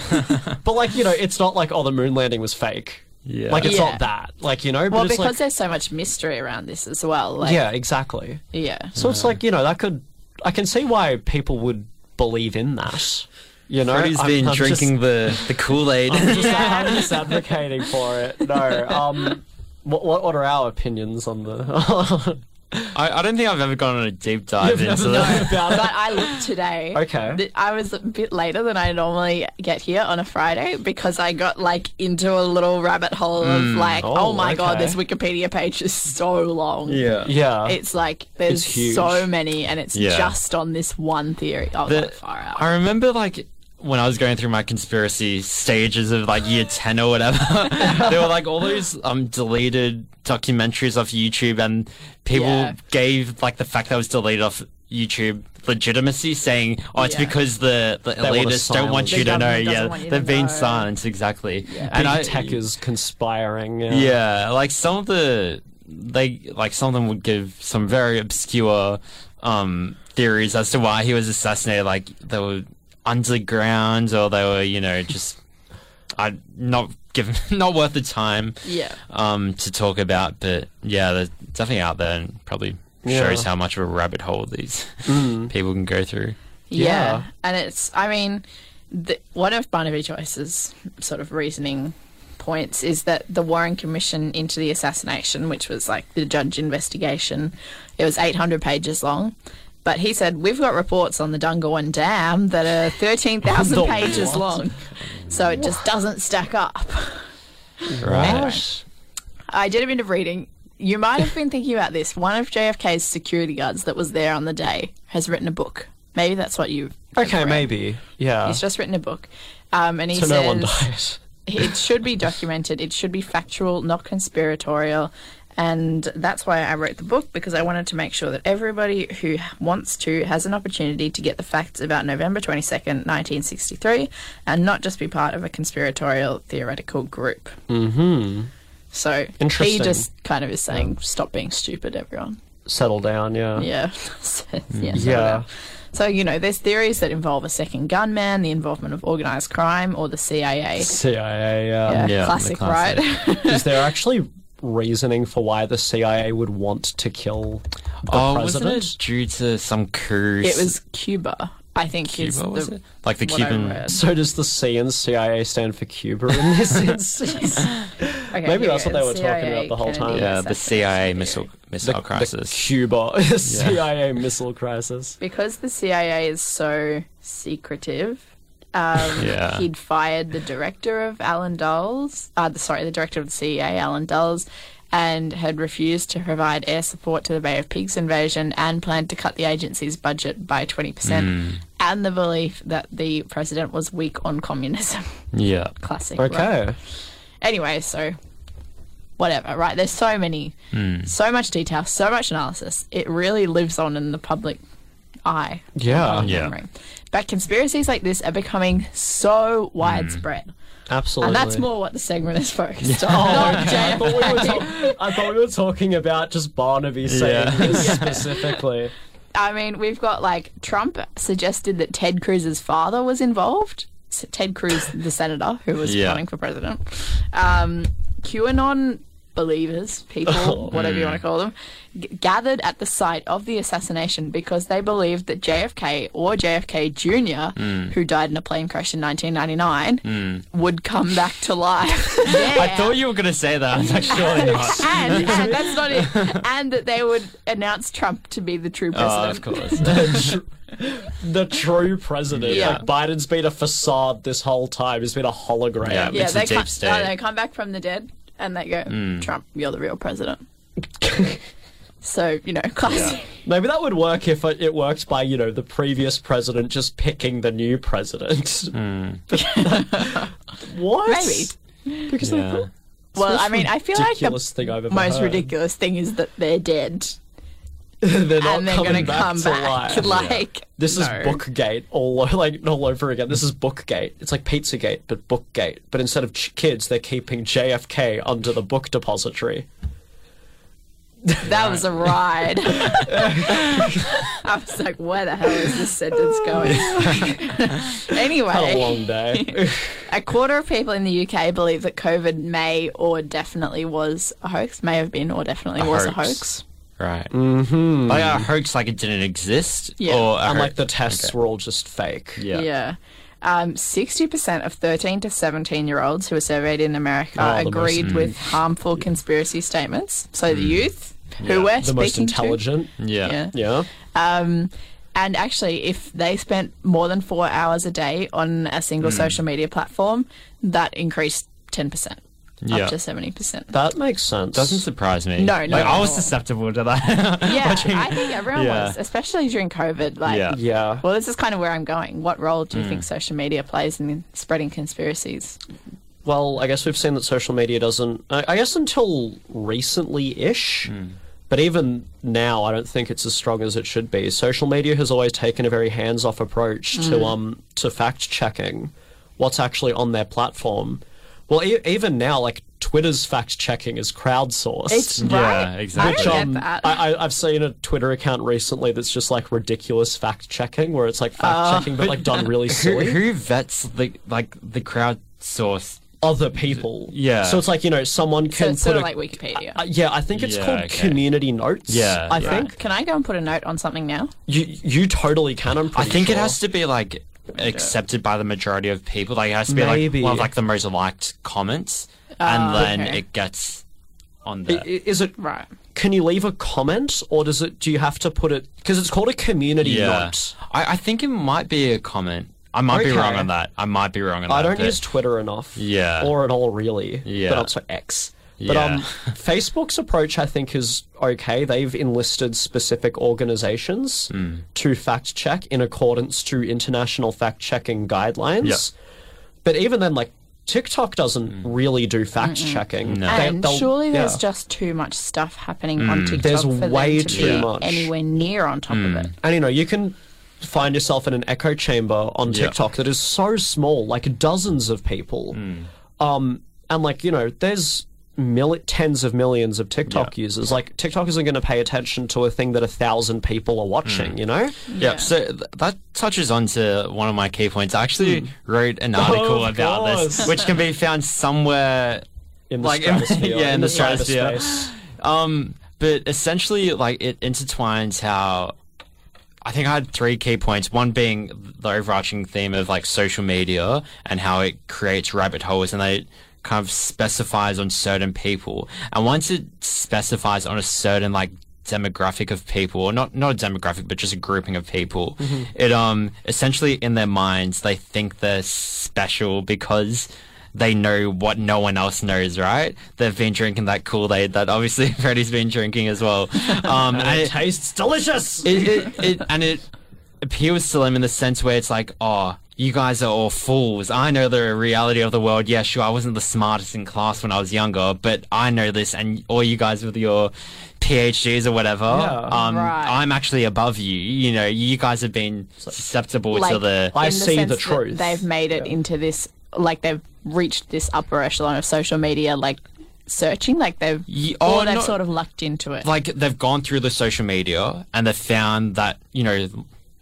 but like you know, it's not like oh the moon landing was fake. Yeah. Like it's
Yeah.
not that. Like you know, but
well,
it's
because
like
there's so much mystery around this as well. Like,
yeah, exactly.
yeah.
So it's like you know that could I can see why people would believe in that. You know,
Freddie's been drinking the, the Kool Aid.
Just, I'm just, I'm just advocating for it. No, um, what what what are our opinions on the?
I, I don't think I've ever gone on a deep dive
You've
into
never known
that.
about
but um, I looked today.
Okay.
Th- I was a bit later than I normally get here on a Friday because I got like into a little rabbit hole of
Mm.
like, oh,
Oh,
my god,
okay.
this Wikipedia page is so long.
Yeah. Yeah.
It's like there's
It's huge.
so many, and it's
Yeah.
just on this one theory. Oh,
The-
like, far out.
I remember like when I was going through my conspiracy stages of like year ten or whatever, there were like all those um deleted documentaries off YouTube, and people
Yeah.
gave like the fact that it was deleted off YouTube legitimacy, saying, "Oh, it's
Yeah.
because the, the
They want to
elitists don't want
silence
you
it.
to
The
know."
government
Yeah,
doesn't want you to
they've been
know.
silenced exactly.
Big tech is conspiring. Yeah.
Yeah, like some of the they like some of them would give some very obscure um theories as to why he was assassinated. Like they were underground, or they were you know just I not given not worth the time.
Yeah.
Um, to talk about, but yeah, they're definitely out there and probably
Yeah. Mm.
shows how much of a rabbit hole these people can go through.
Yeah. And it's, I mean, the, one of Barnaby Joyce's sort of reasoning points is that the Warren Commission into the assassination, which was like the judge investigation, it was 800 pages long. But he said, We've got reports on the Dungarwan Dam that are 13,000
The
pages
what?
long. So it just doesn't stack up.
Right.
I did a bit of reading. You might have been thinking about this. One of JFK's security guards that was there on the day has written a book. Maybe that's what you.
Okay, maybe. Yeah.
He's just written a book, um, and he
so
says
no one dies.
it should be documented. It should be factual, not conspiratorial. And that's why I wrote the book because I wanted to make sure that everybody who wants to has an opportunity to get the facts about November 22nd, 1963, and not just be part of a conspiratorial theoretical group.
Mm-hmm.
So he
Interesting.
just kind of is saying, stop being stupid, everyone.
Settle down. Yeah.
Yeah. So, yeah. so
Yeah.
that- So, you know, there's theories that involve a second gunman, the involvement of organized crime, or the CIA.
CIA. Yeah.
Yeah, Yeah, classic, the classic.
um, is there actually reasoning for why the CIA would want to kill the
oh,
president?
wasn't it due to some coup?
It was Cuba, I think. is
Cuba, was
the,
it? Like the
what I
Cuban-
read.
So does the C and CIA stand for Cuba in this instance?
Okay,
Maybe
here
that's what
we
they
go.
were talking about the whole time.
Yeah, the CIA missile missile
The
crisis.
Cuba CIA
Yeah.
missile crisis.
Because the CIA is so secretive, um,
Uh,
Yeah.
he'd fired the director of Alan Dulles, uh, the, sorry, the director of the CIA, Alan Dulles, and had refused to provide air support to the Bay of Pigs invasion and planned to cut the agency's budget by 20%,
Mm.
and the belief that the president was weak on communism.
Yeah.
Classic.
Okay.
right? Anyway, so whatever, right? There's so many,
Mm.
so much detail, so much analysis. It really lives on in the public eye.
Yeah.
Memory. But conspiracies like this are becoming so widespread.
Absolutely.
And that's more what the segment is focused on.
Oh,
not
okay. I, thought we
JFK.
were talk- I thought we were talking about just Barnaby saying
Yeah.
this
Yeah.
specifically.
I mean, we've got like Trump suggested that Ted Cruz's father was involved. S- Ted Cruz, the senator who was
Yeah.
running for president. Um, QAnon believers, people,
Mm.
whatever you want to call them, g- gathered at the site of the assassination because they believed that JFK or JFK Jr.,
Mm.
who died in a plane crash in 1999,
Mm.
would come back to life.
I thought you were going to say that. I was like, surely not.
and, and that's not it. And that they would announce Trump to be the true
Oh,
president.
of the, tr- the true president.
Yeah.
Like Biden's been a facade this whole time. He's been a hologram.
they come, No, they come back from the dead and they go,
Mm.
Trump, you're the real president. so, you know, classic.
Maybe that would work if it, it worked by, you know, the previous president just picking the new president. what?
Maybe.
Because Yeah. they're-
Well,
It's
I
the
mean, I feel like the
ridiculous thing I've ever
most
heard.
ridiculous thing is that they're dead.
they're not
and they're
coming
gonna
back
come
to
back,
life.
like,
this is
no.
Bookgate all o- like all over again. This is Bookgate. It's like Pizzagate, but Bookgate. But instead of ch- kids, they're keeping JFK under the book depository.
That was a ride. I was like, where the hell is this sentence going? anyway.
Had a long day.
A quarter of people in the UK believe that COVID may or definitely was a hoax, may have been or definitely was a hoax.
Right. Mm-hmm. Like a hoax, like it didn't exist.
Yeah.
Or
And, like,
the tests were all just fake.
Yeah.
Um, 60% of 13 to 17 year olds who were surveyed in America
Oh, the
agreed
most-
with harmful conspiracy statements. So the youth who
Yeah.
we're
the
speaking
most
to.
intelligent.
Yeah.
Yeah.
Um, and actually, if they spent more than four hours a day on a single
Mm.
social media platform, that increased 10%,
Yeah.
up to 70%.
That makes sense.
Doesn't surprise me.
No, no,
Like, I
no.
was susceptible to that.
Yeah, I think everyone
Yeah.
was, especially during COVID. Like,
Yeah.
Yeah.
well, this is kind of where I'm going. What role do you
Mm.
think social media plays in spreading conspiracies?
Hmm.
Well, I guess we've seen that social media doesn't. I, I guess until recently ish, But even now, I don't think it's as strong as it should be. Social media has always taken a very hands-off approach to
Hmm.
Mm.
um to fact checking what's actually on their platform. Well, e- even now, like Twitter's fact checking is crowdsourced.
It's Yeah, right. exactly.
Which,
I don't
um,
get that.
I, I, I've seen a Twitter account recently that's just like ridiculous fact checking, where it's like fact checking, but like done really
Uh, Who-
silly.
Who, vets the like the crowdsource
other people?
Yeah.
So it's like you know someone
So
can
it's sort
put
of
a
like Wikipedia.
uh, yeah, I think it's
Yeah,
called
okay.
community notes.
Yeah,
I
yeah.
think
Can I go and put a note on something now?
you you totally can. I'm
I
pretty
think it
sure.
has to be like accepted by the majority of people. Like it has to be
Maybe.
like one of like the most liked comments,
Ah,
and then
okay.
it gets on
I-
there.
i- Is it
right?
Can you leave a comment, or does it? Do you have to put it? Because it's called a community
yeah,
note.
I, I think it might be a comment. I might be
Okay.
wrong on that. I might be wrong on that.
I don't
but-
use Twitter enough,
Yeah.
or at all really.
Yeah.
but also X. But um,
Yeah.
Facebook's approach, I think, is okay. They've enlisted specific organizations
Mm.
to fact check in accordance to international fact checking guidelines.
Yeah. Hmm.
But even then, like TikTok doesn't really do fact checking.
And surely there's
yeah.
just too much stuff happening
Mm.
on TikTok
There's
for
way
them to
too
be
much.
anywhere near on top of it.
And you know, you can find yourself in an echo chamber on
Yeah.
TikTok that is so small, like dozens of people.
Hmm.
Um, and like, you know, there's mil- tens of millions of TikTok users. Like, TikTok isn't going to pay attention to a thing that a thousand people are
Hmm.
watching, you know?
Yep. So th- that touches on to one of my key points. I actually wrote an
Hmm. Of
article about this,
course.
which can be found somewhere
in the stratosphere,
yeah, in,
in
the
the
stratosphere.
cyberspace.
Um, but essentially, like it intertwines how. I think I had three key points. One being the overarching theme of like social media and how it creates rabbit holes, and they kind of specifies on certain people. And once it specifies on a certain like demographic of people, or not not a demographic, but just a grouping of people,
Mhm.
it um essentially in their minds they think they're special because they know what no one else knows, right? They've been drinking that Kool Aid that obviously Freddie's been drinking as well. Um,
And it tastes delicious.
It, it, it and it appeals to them in the sense where it's like, oh, you guys are all fools. I know the reality of the world. Yeah, sure, I wasn't the smartest in class when I was younger, but I know this, and all you guys with your PhDs or whatever,
Yeah.
um,
Right.
I'm actually above you. You know, you guys have been susceptible to the.
in sense that They've made it into this, like they've reached this upper echelon of social media, like searching, like they've,
oh,
or they've
no.
sort of lucked into it.
like they've gone through the social media and they've found that you know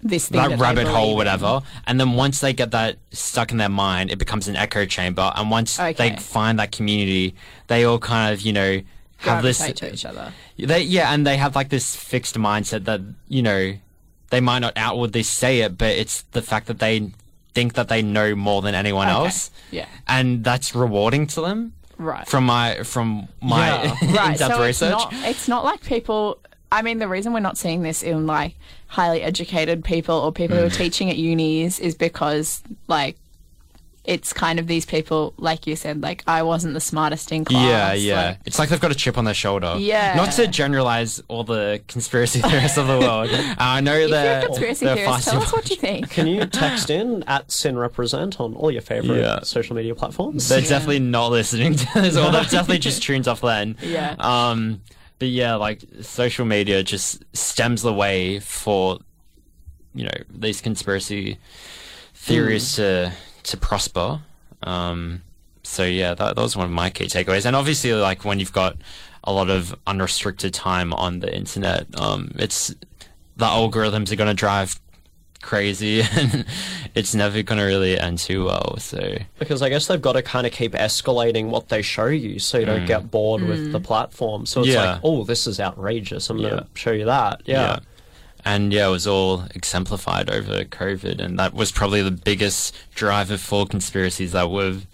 This thing
that,
that they
rabbit hole
believe
whatever and then once they get that stuck in their mind it becomes an echo chamber and once
Okay.
they find that community they all kind of you know have this
gravitate to each other.
they yeah and they have like this fixed mindset that you know they might not outwardly say it but it's the fact that they think that they know more than anyone
Okay.
else
Yeah.
and that's rewarding to them
Right.
from my from my
Yeah. right.
in-depth
so
research
It's not, it's not like people. I mean, the reason we're not seeing this in like highly educated people or people who are
Mm.
teaching at unis is because like it's kind of these people, like you said, like I wasn't the smartest in class.
Yeah, yeah.
like-
it's like they've got a chip on their shoulder.
Yeah.
Not to generalize all the conspiracy theorists of the world. Uh, I know
if you're
they're
a conspiracy
they're
theorist, tell
fasting-
us what you think.
Can you text in at SinRepresent on all your favorite
Yeah.
social media platforms?
They're definitely not listening to this, or they've definitely just tuned off then.
Yeah.
Um, but yeah, like social media just stems the way for you know these conspiracy theories to to prosper. Um, so yeah, that, that was one of my key takeaways. And obviously, like when you've got a lot of unrestricted time on the internet, um, it's the algorithms are going to drive crazy, and it's never going to really end too well. So
Because I guess they've got to kind of keep escalating what they show you so you don't
Mm.
get bored
Mm.
with the platform. So it's
Yeah.
like, oh, this is outrageous. I'm going to show you that. Yeah.
And yeah, it was all exemplified over COVID, and that was probably the biggest driver for conspiracies that we've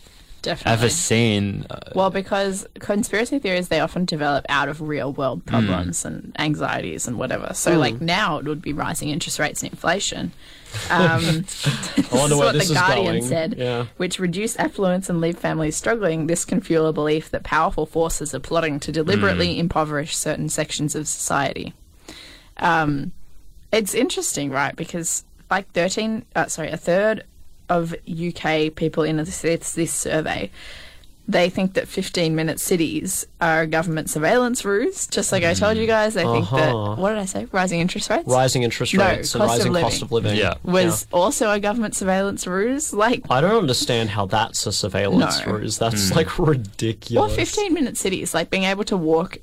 Definitely.
ever seen. Uh,
Well, because conspiracy theories, they often develop out of real
Hmm.
world problems and anxieties and whatever. So,
Mm.
like now, it would be rising interest rates and inflation. Um, this
I wonder
is
where
what
this
the
is
Guardian
going.
said,
Yeah.
which reduce affluence and leave families struggling. This can fuel a belief that powerful forces are plotting to deliberately
Hmm.
Mm.
impoverish certain sections of society. Um, it's interesting, right? Because like thirteen, uh, sorry, a third of UK people in this, it's this survey they think that 15 minute cities are a government surveillance ruse. Just like I told you guys, they think
Uh-huh.
that, what did I say? Rising interest rates?
Rising interest
No,
rates and
cost of
rising
living.
cost of living.
Yeah.
was also a government surveillance ruse. Like,
I don't understand how that's a surveillance
No.
ruse. That's
Mm.
like ridiculous.
or 15 minute cities, like being able to walk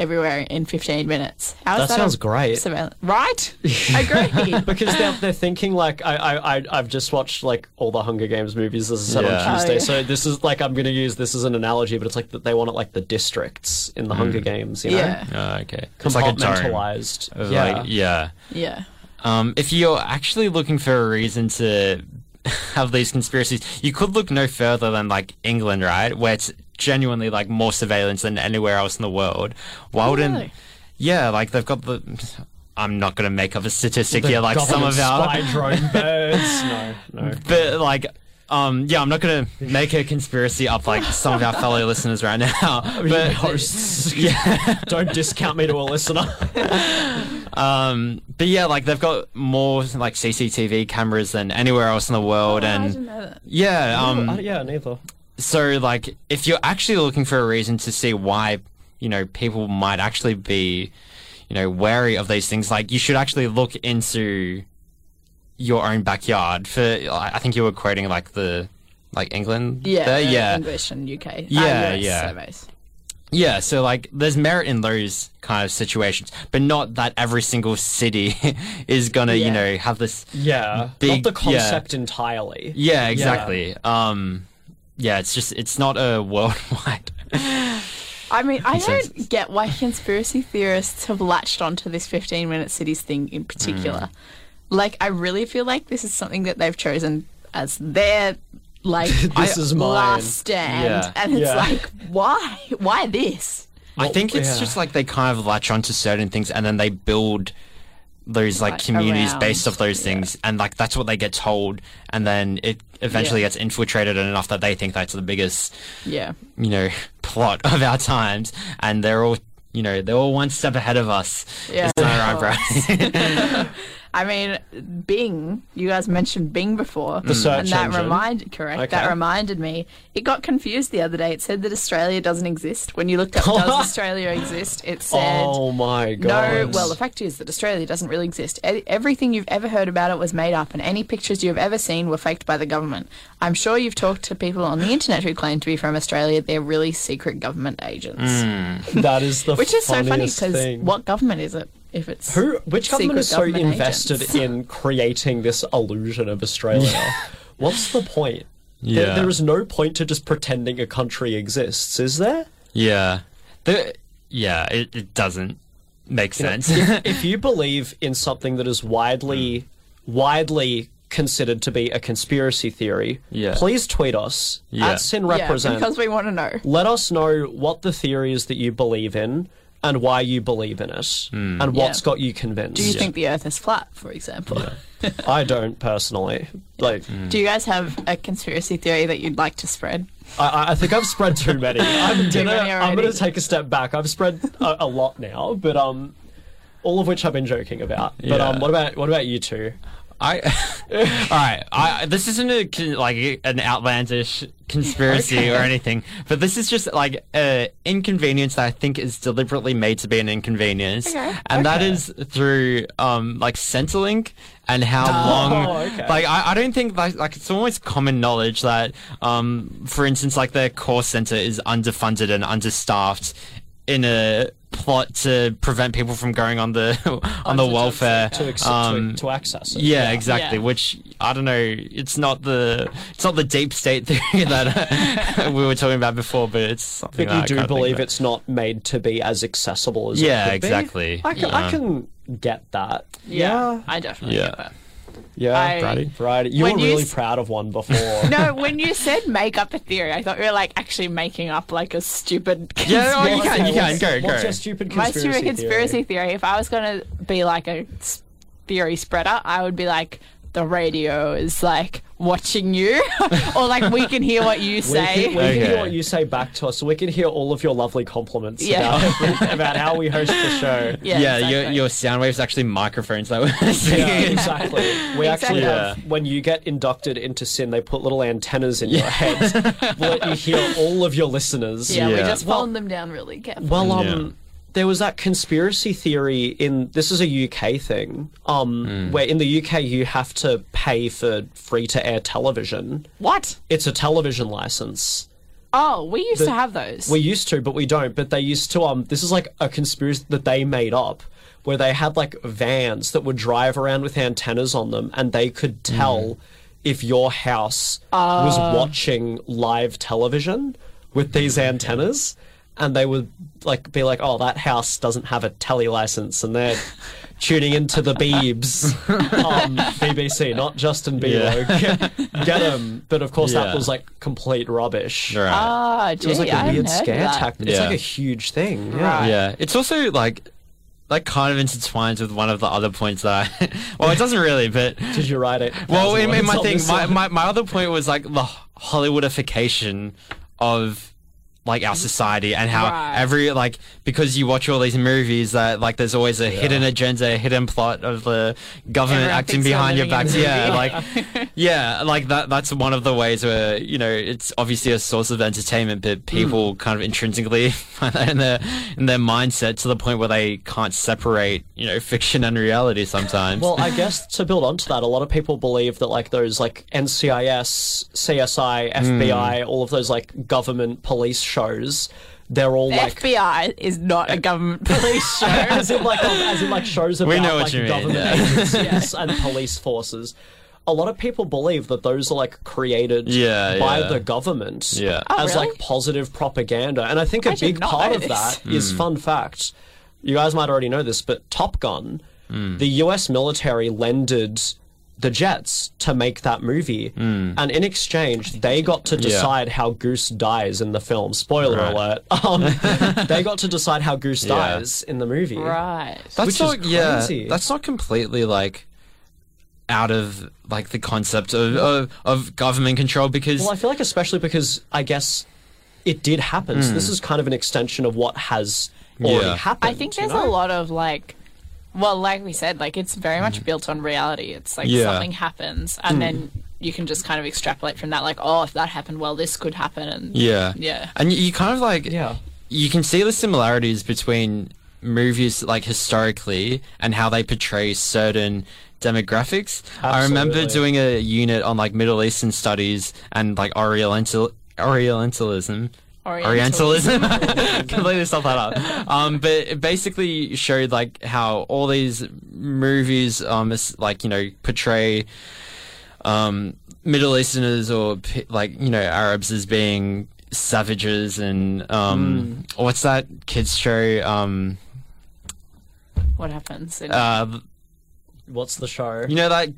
everywhere in 15 minutes. How is
That
a
sounds great.
Surveillance? Right? Agree.
because they're, they're thinking like I, I I I've just watched like all the Hunger Games movies as I said
Yeah.
on
Oh,
Tuesday.
yeah.
So this is like I'm gonna use this as an analogy, but it's like that they want it like the districts in the Hunger Games, you know?
Yeah.
Oh, okay.
Compartmentalized.
It's like a Mm. dome. Of,
Yeah.
Like, yeah.
yeah.
Um, if you're actually looking for a reason to have these conspiracies, you could look no further than like England, right? Where it's genuinely like more surveillance than anywhere else in the world.
Oh,
Why wouldn't?
really?
Yeah, like they've got the. I'm not going to make up a statistic here, like some
government
of our
spy drone birds. No, no.
but like um yeah i'm not gonna make a conspiracy up like some of our fellow listeners right now but
hosts.
yeah
Don't discount me to a listener.
um but yeah like they've got more like cctv cameras than anywhere else in the world
I
and
didn't know that.
yeah um
I- yeah, neither.
so like if you're actually looking for a reason to see why you know people might actually be you know wary of these things like you should actually look into your own backyard for i I think you were quoting like the like england
Yeah,
there?
the
yeah
English and UK. uh,
Yeah,
US
yeah.
Surveys.
yeah so like there's merit in those kind of situations but not that every single city is gonna you
Yeah.
know have this
Yeah,
Big-
not the
yeah.
concept entirely.
yeah exactly um yeah it's just it's not a worldwide
I mean, I
sense.
don't get why conspiracy theorists have latched onto this 15 minute cities thing in particular. Like, I really feel like this is something that they've chosen as their, like,
This
I-
is mine.
last stand.
Yeah.
And it's
Yeah.
like, why? Why this?
I think it's
yeah.
just like they kind of latch onto certain things and then they build those like,
Like,
communities
around,
based off those things and like that's what they get told and then it eventually
Yeah.
gets infiltrated enough that they think that's the biggest
Yeah.
you know plot of our times and they're all you know they're all one step ahead of us
Yeah.
Isn't that right, Bryce?
I mean, Bing, you guys mentioned Bing before.
Mm.
The
search
and that
engine.
reminded correct. That
Okay.
reminded me. It got confused the other day. It said that Australia doesn't exist. When you looked up does Australia exist, it said
Oh my god.
No, well, the fact is that Australia doesn't really exist. E- Everything you've ever heard about it was made up, and any pictures you've ever seen were faked by the government. I'm sure you've talked to people on the internet who claim to be from Australia. They're really secret government agents,
that is the
which is so funny
Mm, funniest
because
thing.
what government is it if it's
Who? Which government
secret
is so
government
invested
agents?
in creating this illusion of Australia? What's the point? There-
Yeah.
there is no point to just pretending a country exists, is there?
yeah the, yeah it, it doesn't make sense
if you believe in something that is widely
Hmm.
widely considered to be a conspiracy theory,
Yeah.
please tweet us
Yeah.
at Sin
yeah, because we want to know.
Let us know what the theory is that you believe in and why you believe in it
Hmm.
and what's
Yeah.
got you convinced.
Do you think the Earth is flat, for example?
I don't personally. Like
Do you guys have a conspiracy theory that you'd like to spread?
I- I, I think I've spread too many. I'm
Too
gonna,
many
I'm gonna
already.
take a step back. I've spread a, a lot now, but um, all of which I've been joking about. But
Yeah.
um, what about what about you two?
I all right. I this isn't a con- like an outlandish conspiracy or anything, but this is just like a inconvenience that I think is deliberately made to be an inconvenience, and that is through um like Centrelink and how long.
okay.
Like I, I don't think like like it's almost common knowledge that um for instance like their core center is underfunded and understaffed in a plot to prevent people from going on the on the
to jobs
welfare
To, ex-
um,
to, to access it.
yeah, exactly.
Yeah.
Which I don't know. It's not the it's not the deep state theory that uh, we were talking about before, but it's something
But
that
you
I
do
kinda think
believe
about.
it's not made to be as accessible as
Yeah,
it could be?
exactly.
I can, I can get that.
I definitely
Yeah.
get that.
yeah,
I-
Brady.
Brady?
Brady, you
When
were
you
really
s-
proud of one before.
No, when you said make up a theory, I thought you were like actually making up like a stupid.
Yeah, oh,
conspiracy
you can, you can go, go.
What's your stupid
My
conspiracy
stupid conspiracy
theory?
theory. If I was going to be like a s- theory spreader, I would be like, the radio is like watching you, or like we can hear what you say.
We can, we can hear what you say back to us, so we can hear all of your lovely compliments
Yeah.
about, about how we host the show.
Yeah, your, your sound waves are actually microphones that we're singing.
Yeah, exactly. We actually
Exactly.
have, when you get inducted into sin, they put little antennas in your heads, let you hear all of your listeners.
yeah, we just phone them down really carefully.
Well, um, there was that conspiracy theory in this is a UK thing, um, where in the UK you have to pay for free to air television.
What?
It's a television license.
Oh, we used
the-
to have those.
We used to, but we don't. But they used to. Um, this is like a conspiracy that they made up, where they had like vans that would drive around with antennas on them, and they could tell if your house was
Ah.
watching live television with these antennas. And they would like be like, "Oh, that house doesn't have a telly license, and they're tuning into the Beebs um, on BBC, not Justin Bieber. Get them." But of course, that
Yeah.
was like complete rubbish.
Ah,
It was like
gee, I
a
hadn't
weird
heard of
scare
that.
tactic. It's like
Yeah.
a huge thing. Yeah.
Right.
Yeah, it's also like that kind of intertwines with one of the other points that I. Well, it doesn't really, but
Did you write it?
well, in, in my
Thousand
thing,
words on
my,
this
my my other point was like the Hollywoodification of like our society and how
Right.
every like because you watch all these movies that like there's always a hidden agenda, a hidden plot of the government
Everyone
acting
thinks they're
behind your
living in
backs.
the
Yeah,
movie.
like yeah, like that. That's one of the ways where you know it's obviously a source of entertainment, but
Hmm.
people kind of intrinsically find that in their in their mindset to the point where they can't separate you know fiction and reality sometimes.
Well, I guess to build onto that, a lot of people believe that like those like NCIS, CSI, FBI, all of those like government police shows, they're all
The
like
FBI is not a government police show.
as in like oh, as in like shows about
We know what
like
you mean,
government
yeah.
agencies and police forces. A lot of people believe that those are like created
Yeah,
by
yeah.
the government
Yeah.
Oh,
as
really?
like positive propaganda, and I think a
I did
big
not
part
know
of
this.
that is
Mm.
fun fact. You guys might already know this, but Top Gun,
Hmm.
the U.S. military lended the jets to make that movie, and in exchange, they got to
Hmm. Yeah.
decide how Goose dies in the film. Spoiler
Right.
alert. Um, they got to decide how Goose
Yeah.
dies in the movie.
Right.
That's
Which is
not
crazy.
yeah. That's not completely like out of like the concept of of, of government control because
Well, I feel like especially because I guess it did happen. So
Mm.
this is kind of an extension of what has already
Yeah.
happened.
I think
you
there's
know?
a lot of like, well, like we said, like it's very much built on reality. It's like
Yeah.
something happens, and
Mm.
then you can just kind of extrapolate from that. Like, oh, if that happened, well, this could happen, and
yeah
yeah,
and you- you kind of like
yeah
you can see the similarities between movies like historically and how they portray certain demographics. I remember
Absolutely.
doing a unit on like Middle Eastern studies and like Oriental Orientalism.
Orientalism.
completely stuff that up. Um, but it basically showed like how all these movies, um, is- like you know, portray um, Middle Easterners or p- like you know Arabs as being savages and um, what's that kids show? Um,
what happens? in-
uh,
What's the show?
you know that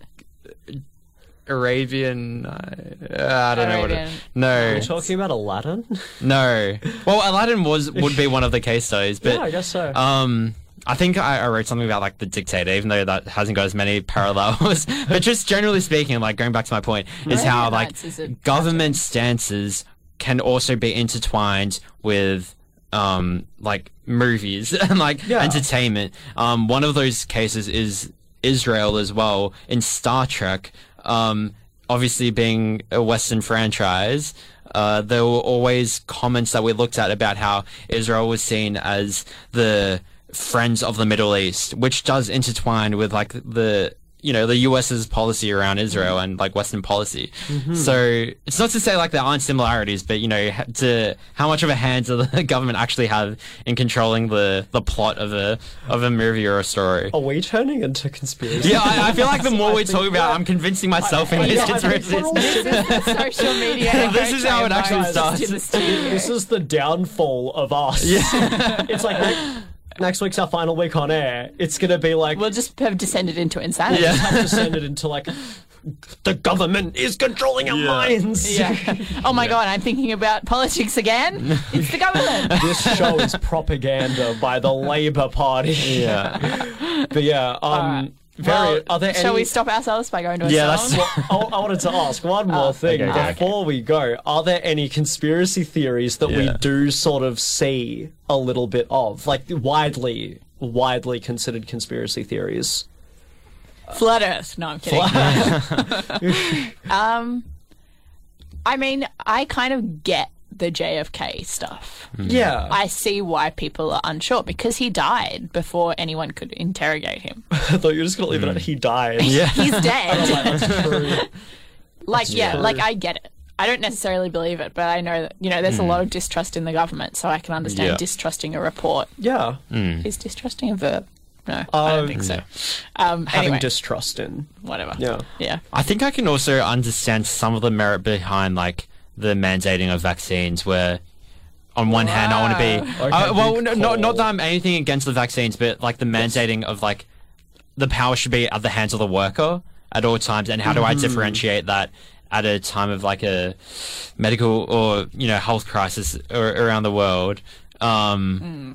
Arabian? Uh, I don't know what. It,
Arabian.
no,
Are you talking about Aladdin?
No. Well, Aladdin was would be one of the case studies, but
Yeah, I guess so.
Um, I think I, I wrote something about like the dictator, even though that hasn't got as many parallels. but just generally speaking, like going back to my point, is how like
Reaganites is a-
government stances can also be intertwined with um like movies and like entertainment. Um one of those cases is Israel as well in Star Trek. Um obviously being a western franchise, uh there were always comments that we looked at about how Israel was seen as the friends of the Middle East, which does intertwine with like the you know the US's policy around Israel and like Western policy.
Mhm.
So it's not to say like there aren't similarities, but you know ha- to how much of a hand does the government actually have in controlling the the plot of a of a movie or a story.
Are we turning into conspiracy?
Yeah, I, I feel like the more
Oh. I
we
think-
talk about, it, I'm convincing myself in
Yeah,
this
I think
conspiracy.
we're all sitting-
social media.
This is how it actually
Guys,
starts.
This is the downfall of us. it's like next, next week's our final week on air. It's gonna be like
We'll just have descended into insanity.
yeah. have descended into like the government is controlling our minds.
Yeah. Oh my god, I'm thinking about politics again. It's the government.
this show is propaganda by the Labour Party.
Yeah.
but yeah, um,
Well,
Very. are there
shall
any-
we stop ourselves by going to a
yeah,
song?
that's what I, I wanted to ask. One more thing
okay, okay.
before we go. Are there any conspiracy theories that we
Yeah.
do sort of see a little bit of, like widely, widely considered conspiracy theories?
Flat Earth. No, I'm kidding. um, I mean, I kind of get the JFK stuff.
Yeah.
I see why people are unsure because he died before anyone could interrogate him.
I thought you were just gonna leave it at he died.
Yeah. He's dead.
True.
like, yeah,
true.
like I get it. I don't necessarily believe it, but I know that, you know, there's a
Mm.
lot of distrust in the government, so I can understand
Yeah.
distrusting a report.
Yeah.
Is distrusting a verb? No, I don't
Um,
think so.
no.
Um,
Having
anyway,
distrust in
whatever.
Yeah.
Yeah.
I think I can also understand some of the merit behind like the mandating of vaccines where on one hand I want to be
Wow. Okay,
I- well
big
no, not
call.
not that I'm anything against the vaccines but like the mandating of like the power should be at the hands of the worker at all times and how do I
Mhm.
differentiate that at a time of like a medical or you know health crisis or, around the world um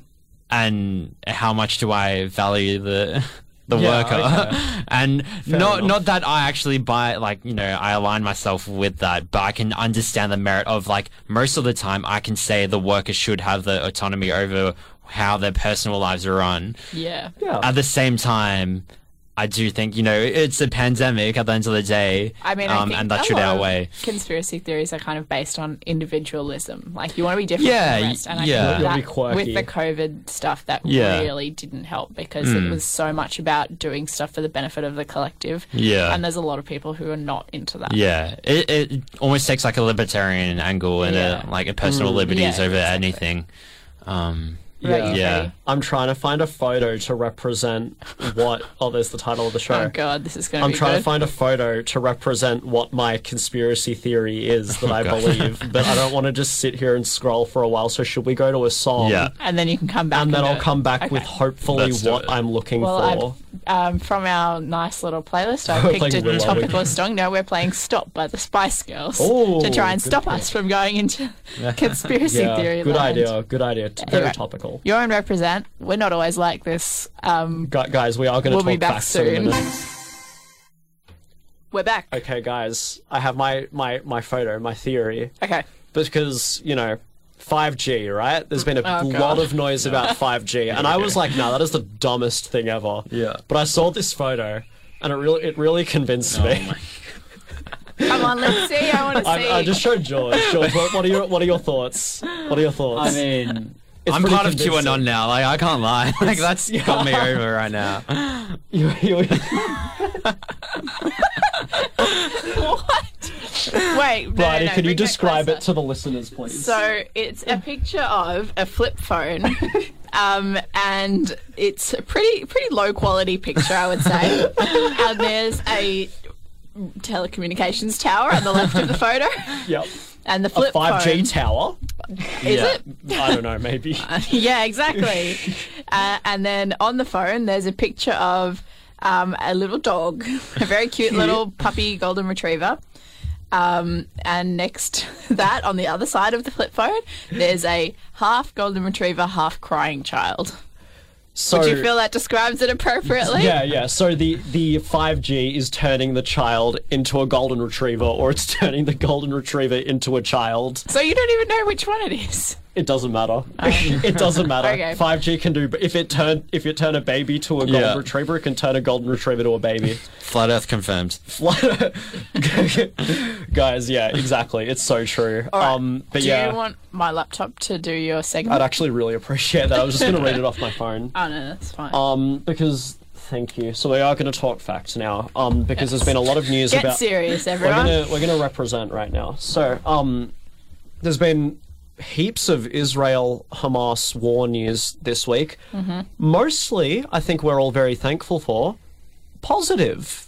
and how much do I value the the
Yeah,
worker
okay.
and
Fair
not
enough.
not that I actually buy like you know I align myself with that, but I can understand the merit of like most of the time I can say the worker should have the autonomy over how their personal lives are run.
Yeah.
At the same time, I do think you know it's a pandemic at the end of the day,
I mean, I
um,
think
and that
a
should
lot of
outweigh.
Conspiracy theories are kind of based on individualism. Like you want to be different
Yeah,
from the rest, and I
yeah.
think
You'll
that
be quirky.
with the COVID stuff, that
Yeah.
really didn't help because it
Mm.
was so much about doing stuff for the benefit of the collective.
Yeah.
and there's a lot of people who are not into that.
Yeah, it, it almost takes like a libertarian angle and
Yeah.
a, like a personal
Mm.
liberties
Yeah,
over anything. Um,
Yeah.
yeah.
I'm trying to find a photo to represent what. Oh, there's the title of the show.
Oh god, this is going to
I'm
be
trying to
good.
find a photo to represent what my conspiracy theory is that I
God.
believe, but I don't want to just sit here and scroll for a while. So should we go to a song?
Yeah.
and then you can come back.
And then
and do
I'll
it.
come back
Okay.
with hopefully
Let's do
what
it.
I'm looking for.
Well, I've, um, from our nice little playlist, I
We're
picked
playing
a
Willow.
topical song. Now we're playing "Stop" by the Spice Girls
Oh,
to try and
good
stop
pick.
us from going into conspiracy
Yeah,
theory.
Good
land.
idea. Good idea. It's Very
Anyway.
topical.
You're on represent. We're not always like this. Um,
Gu- Guys, we are going to
We'll
talk
be back
facts in a
soon.
minute.
we're back.
Okay, guys, I have my my my photo, my theory.
Okay.
because you know 5G, right? There's been a
Oh, God.
lot of noise about 5G, and I was like, "Nah, that is the dumbest thing ever."
Yeah.
But I saw this photo, and it really it really convinced me.
Come on, let's see. I want to see.
I, I just showed George. George, what, what are your what are your thoughts? What are your thoughts?
mean,
It's
I'm
pretty
part of
convincing.
QAnon now. Like I can't lie. Like that's got me over right now.
You- you-
what? Wait,
Bridie,
no, no,
can
no,
you
bring that
describe
closer.
it to the listeners, please?
So it's a picture of a flip phone, um, and it's a pretty pretty low quality picture, I would say. and there's a telecommunications tower on the left of the photo,
yep,
and the
a
flip
5G
phone.
tower.
is
Yeah.
it?
I don't know, maybe.
yeah, exactly. uh, and then on the phone, there's a picture of um, a little dog, a very cute little puppy golden retriever. Um, and next to that, on the other side of the flip phone, there's a half golden retriever, half crying child.
So
Would you feel that describes it appropriately?
Yeah, yeah. So the the 5G is turning the child into a golden retriever, or it's turning the golden retriever into a child.
So you don't even know which one it is.
It doesn't matter. it doesn't matter.
Um, Okay.
5G can do. But if it turn if you turn a baby to a golden
Yeah.
retriever, it can turn a golden retriever to a baby.
Flat Earth confirmed.
Guys, yeah, exactly. It's so true. Um, but
Do
yeah,
you want my laptop to do your segment?
I'd actually really appreciate that. I was just gonna read it off my phone.
Oh no, that's fine.
Um, because thank you. So we are gonna talk facts now. Um, because there's been a lot of news
Get
about.
serious,
we're
everyone.
gonna we're gonna represent right now. So, um, there's been heaps of Israel Hamas war news this week.
Mm-hmm.
Mostly, I think we're all very thankful for positive.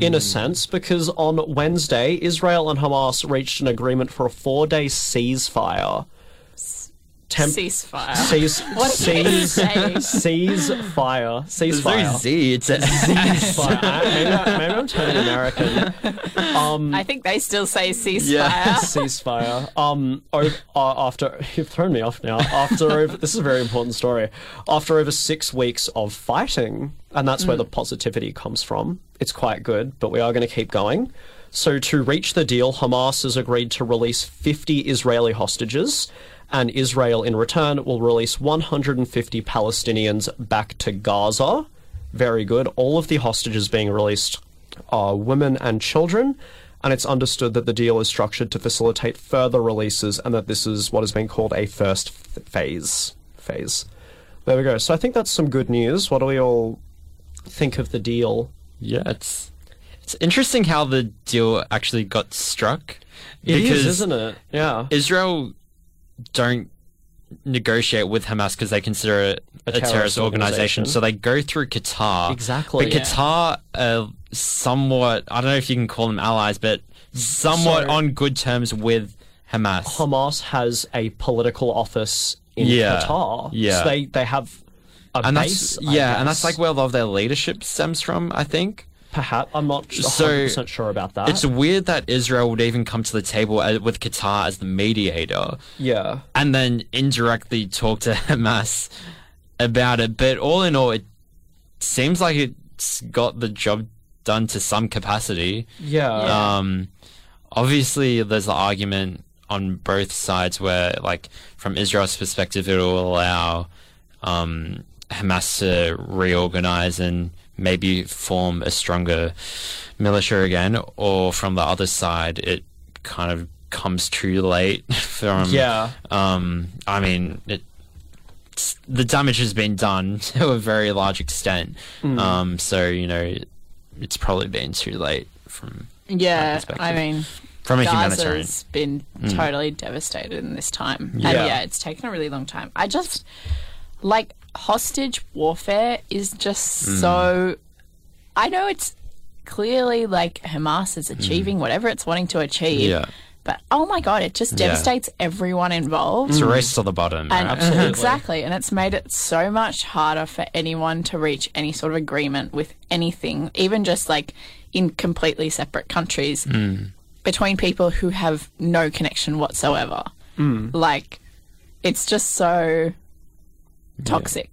In
Hmm.
a sense, because on Wednesday, Israel and Hamas reached an agreement for a four day ceasefire. temp-
ceasefire.
Cease,
What did you
cease,
say?
cease fire. Cease
There's no Z. It's a
fire. I- uh, maybe, I, maybe I'm turning American. Um,
I think they still say ceasefire.
ceasefire. Um, o- uh, after you've thrown me off now. After over, this is a very important story. After over six weeks of fighting, and that's where the positivity comes from. It's quite good, but we are going to keep going. So to reach the deal, Hamas has agreed to release 50 Israeli hostages, and Israel in return will release 150 Palestinians back to Gaza. Very good. All of the hostages being released are women and children, and it's understood that the deal is structured to facilitate further releases and that this is what has been called a first f- phase. Phase. There we go. So I think that's some good news. What do we all think of the deal?
Yeah, it's it's interesting how the deal actually got struck.
It is, isn't it? Yeah.
Israel don't negotiate with Hamas because they consider it a, terrorist,
terrorist
organization.
organization.
So they go through Qatar.
Exactly.
But
Yeah.
Qatar are somewhat, I don't know if you can call them allies, but somewhat
So-
on good terms with Hamas.
Hamas has a political office in
Yeah.
Qatar.
Yeah.
So they, they have a
and
base.
that's,
I
yeah, and
guess.
that's like where a lot of their leadership stems from, I think.
Perhaps. I'm not sh-
So,
100% sure about that.
It's weird that Israel would even come to the table uh, with Qatar as the mediator.
yeah.
and then indirectly talk to Hamas about it. But all in all, it seems like it's got the job done to some capacity.
Yeah.
Um, obviously, there's the argument on both sides where, like, from Israel's perspective, it will allow um, Hamas to reorganize and maybe form a stronger militia again. Or from the other side, it kind of comes too late from
Yeah.
um, I mean, it, it's- the damage has been done to a very large extent.
Hmm.
Um, so you know, it's probably been too late from
Yeah,
perspective.
I mean,
From a humanitarian. Mm.
Gaza's been totally devastated in this time, and
Yeah.
yeah, it's taken a really long time. I just like hostage warfare is just
Mm.
so. I know it's clearly like Hamas is achieving whatever it's wanting to achieve,
Mm. Yeah.
but oh my god, it just
Yeah.
devastates everyone involved.
It's a race to the bottom.
Hmm. And
right?
exactly, and it's made it so much harder for anyone to reach any sort of agreement with anything, even just like in completely separate countries
Hmm.
between people who have no connection whatsoever.
Hmm.
Like, it's just so toxic.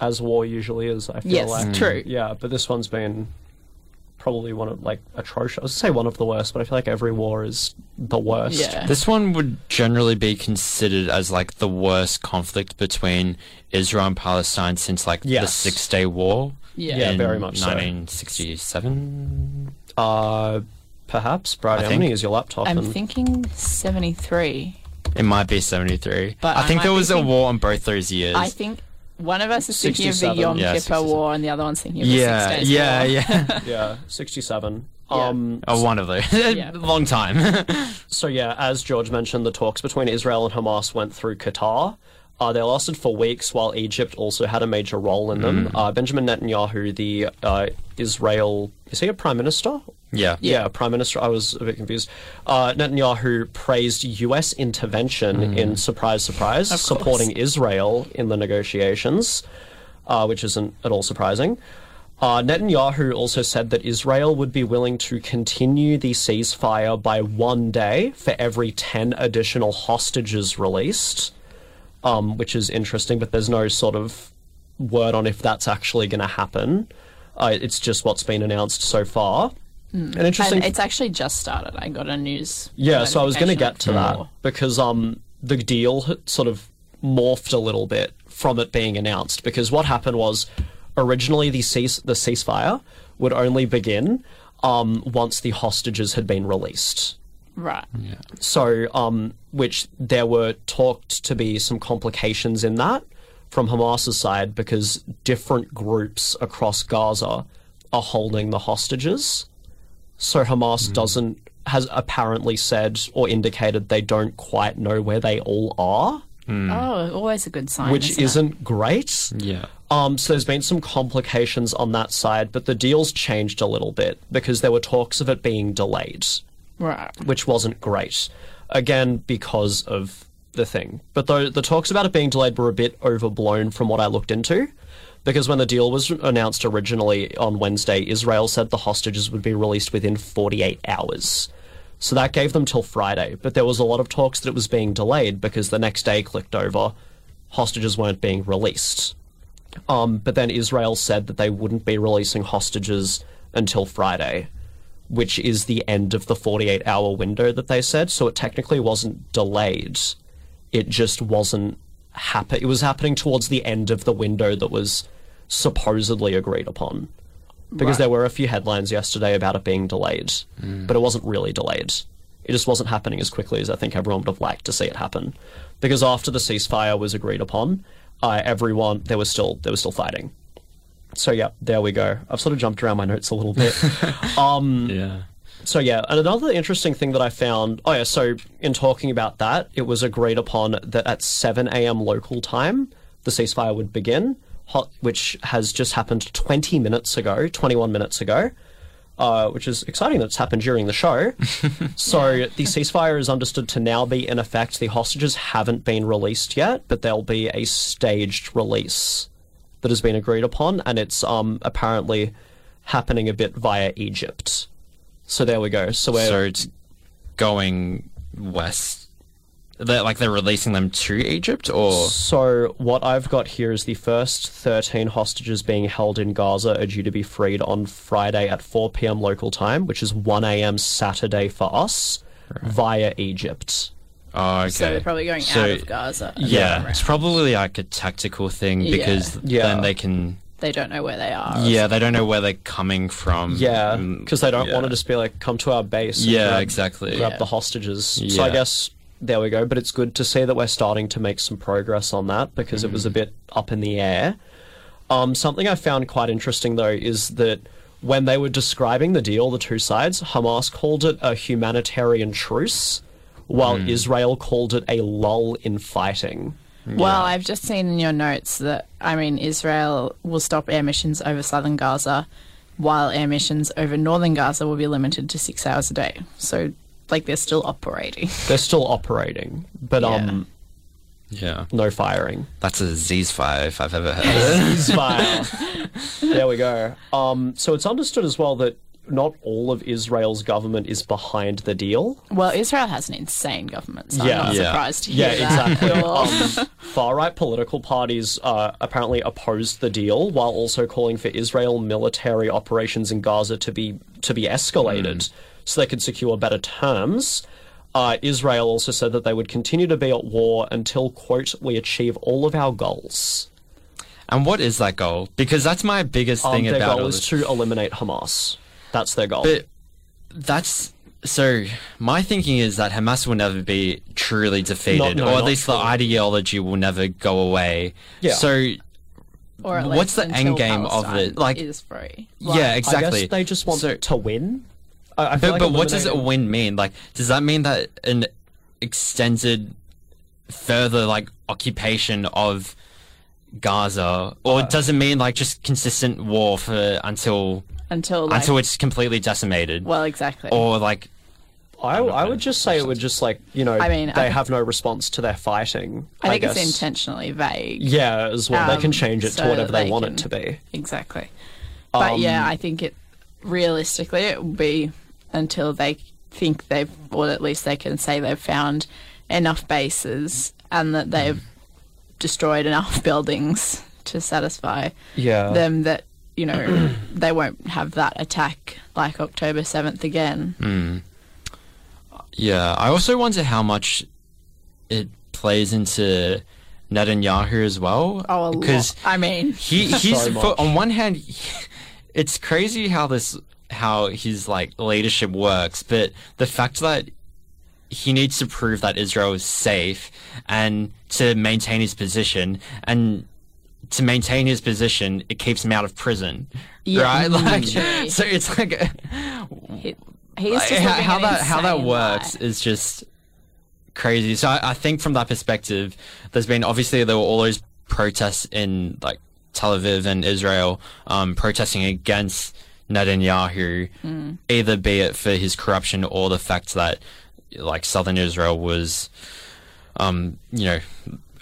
as war usually is. I feel
Yes,
like
Mm.
true.
Yeah, but this one's been probably one of like atrocious. I would say one of the worst, but I feel like every war is the worst.
Yeah.
Uh, This one would generally be considered as like the worst conflict between Israel and Palestine since like the
Yes.
Six Day War.
Yeah.
Yeah,
in
very much so.
1967.
Uh, perhaps Brad,
I
how
think-
many is your laptop?
I'm
and-
thinking 73.
It might be 73.
But
I
I
think
might
there
be
was a
thinking-
war on both those years.
I think one of us is thinking of the
67.
Yom
Yeah,
Kippur
67.
War, and the other one's thinking of
yeah,
the Six Days
yeah,
War.
yeah.
yeah, sixty-seven.
Yeah.
Um,
Oh, one of those. Long time.
so yeah, as George mentioned, the talks between Israel and Hamas went through Qatar. Uh, they lasted for weeks, while Egypt also had a major role in
Mm.
them. Uh, Benjamin Netanyahu, the uh, Israel, is he a prime minister?
yeah.
yeah, prime minister. I was a bit confused. Uh, Netanyahu praised U.S. intervention in surprise, surprise, supporting Israel in the negotiations, uh, which isn't at all surprising. Uh, Netanyahu also said that Israel would be willing to continue the ceasefire by one day for every 10 additional hostages released, um, which is interesting, but there's no sort of word on if that's actually going to happen. Uh, it's just what's been announced so far. An interesting
And it's actually just started. I got a news.
yeah, so I was going to get
notification
to that
before.
because um the deal had sort of morphed a little bit from it being announced because what happened was originally the cease the ceasefire would only begin um once the hostages had been released.
Right.
So, um, which there were talked to be some complications in that from Hamas's side because different groups across Gaza are holding the hostages. So Hamas doesn't has apparently said or indicated they don't quite know where they all are,
Oh, always a good sign.
which
isn't it?
isn't great.
Yeah.
Um, so there's been some complications on that side, but the deal's changed a little bit because there were talks of it being delayed
right.
which wasn't great. Again, because of the thing. But though the talks about it being delayed were a bit overblown from what I looked into, because when the deal was announced originally on Wednesday, Israel said the hostages would be released within 48 hours. So that gave them till Friday. But there was a lot of talks that it was being delayed because the next day clicked over, hostages weren't being released. Um, but then Israel said that they wouldn't be releasing hostages until Friday, which is the end of the 48 hour window that they said. So it technically wasn't delayed. It just wasn't happen. It was happening towards the end of the window that was supposedly agreed upon. Because
Right.
there were a few headlines yesterday about it being delayed,
Mm.
but it wasn't really delayed. It just wasn't happening as quickly as I think everyone would have liked to see it happen. Because after the ceasefire was agreed upon, uh, everyone there was still there was still fighting. So yeah, there we go. I've sort of jumped around my notes a little bit. um,
yeah.
So yeah, and another interesting thing that I found. Oh yeah, so in talking about that, it was agreed upon that at 7 a.m. local time, the ceasefire would begin, hot, which has just happened 20 minutes ago, 21 minutes ago. Uh, which is exciting that it's happened during the show. so the ceasefire is understood to now be in effect. The hostages haven't been released yet, but there'll be a staged release that has been agreed upon, and it's um apparently happening a bit via Egypt. So there we go. So we're
so it's going west. They're, like they're releasing them to Egypt, or
So what I've got here is the first 13 hostages being held in Gaza are due to be freed on Friday at 4 p.m. local time, which is 1 a.m. Saturday for us, via Egypt.
oh, okay.
So they're probably going
So-
out of Gaza. and
Yeah,
around.
it's probably like a tactical thing
Yeah.
because
Yeah.
then they can.
They don't know where they are.
Yeah, they don't know where they're coming from.
Yeah,
Mm,
because they don't want to just be like, come to our base. and
Yeah,
grab-
exactly.
Grab
Yeah.
the hostages. So I
Yeah.
guess there we go. But it's good to see that we're starting to make some progress on that because it was a
Mm.
bit up in the air. Um, something I found quite interesting though is that when they were describing the deal, the two sides, Hamas called it a humanitarian truce, while
Mm.
Israel called it a lull in fighting.
Well, I've just seen in your notes that, I mean, Israel will stop air missions over southern Gaza, while air missions over northern Gaza will be limited to six hours a day. So, like, they're still operating.
They're still operating, but um,
yeah,
no firing.
that's a Z's fire if I've ever heard. of it.
ceasefire. there we go. Um, so it's understood as well that not all of Israel's government is behind the deal.
Well, Israel has an insane government, so I'm not surprised to hear
yeah,
that.
exactly.
at all.
Um, far-right political parties uh, apparently opposed the deal, while also calling for Israel military operations in Gaza to be to be escalated,
Mm.
so they could secure better terms. Uh, Israel also said that they would continue to be at war until "quote we achieve all of our goals."
and what is that goal? Because that's my biggest
Um,
thing
their
about
goal
all
is
this.
to eliminate Hamas. That's their goal.
But that's so. My thinking is that Hamas will never be truly defeated,
no,
or at
not
least the ideology will never go away.
Yeah.
So
Or at least
what's the end
until
game of
Palestine
it? Like-
is free.
yeah, exactly.
I guess they just want to win. I, I feel
but
like
but what does a
eliminating-
win mean? Like, does that mean that an extended, further like occupation of Gaza, or
Uh,
does it mean like just consistent war for until
Until, like,
until it's completely decimated,
well, exactly.
or like
I, I would just say it would just like you know
I mean, I
they
think-
have no response to their fighting.
I think it's
guess.
intentionally vague.
Yeah, as well. they
Um,
can change it
so
to whatever they,
they
want
can-
it to be.
Exactly. But
Um,
yeah, I think it realistically it will be until they think they've, or at least they can say they've found enough bases and that they've destroyed enough buildings to satisfy
Yeah.
them that you know they won't have that attack like October seventh again.
Mm, Yeah, I also wonder how much it plays into Netanyahu as well.
Oh, a lot.
because
I mean,
he he's
So much.
for, on one hand, he- it's crazy how this how his like leadership works, but the fact that he needs to prove that Israel is safe and to maintain his position and to maintain his position, it keeps him out of prison,
Yeah, Mm.
right? Like,
literally.
so it's like
he, he's just
like, how,
living
how
an
that how that
insane
works
life.
is just crazy. So I, I think from that perspective, there's been obviously there were all those protests in like Tel Aviv and Israel um, protesting against Netanyahu,
Hmm.
either be it for his corruption or the fact that like southern Israel was um, you know,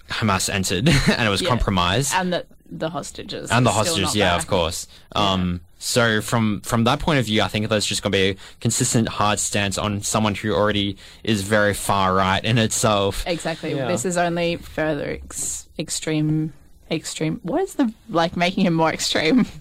Hamas entered and it was
Yeah.
compromised
And that the hostages.
and the
are still
hostages.
not
Yeah,
back.
of course. Um, so from from that point of view, I think there's just going to be a consistent hard stance on someone who already is very far right in itself.
Exactly.
Yeah.
This is only further ex- extreme. Extreme. What is the like making him more extreme?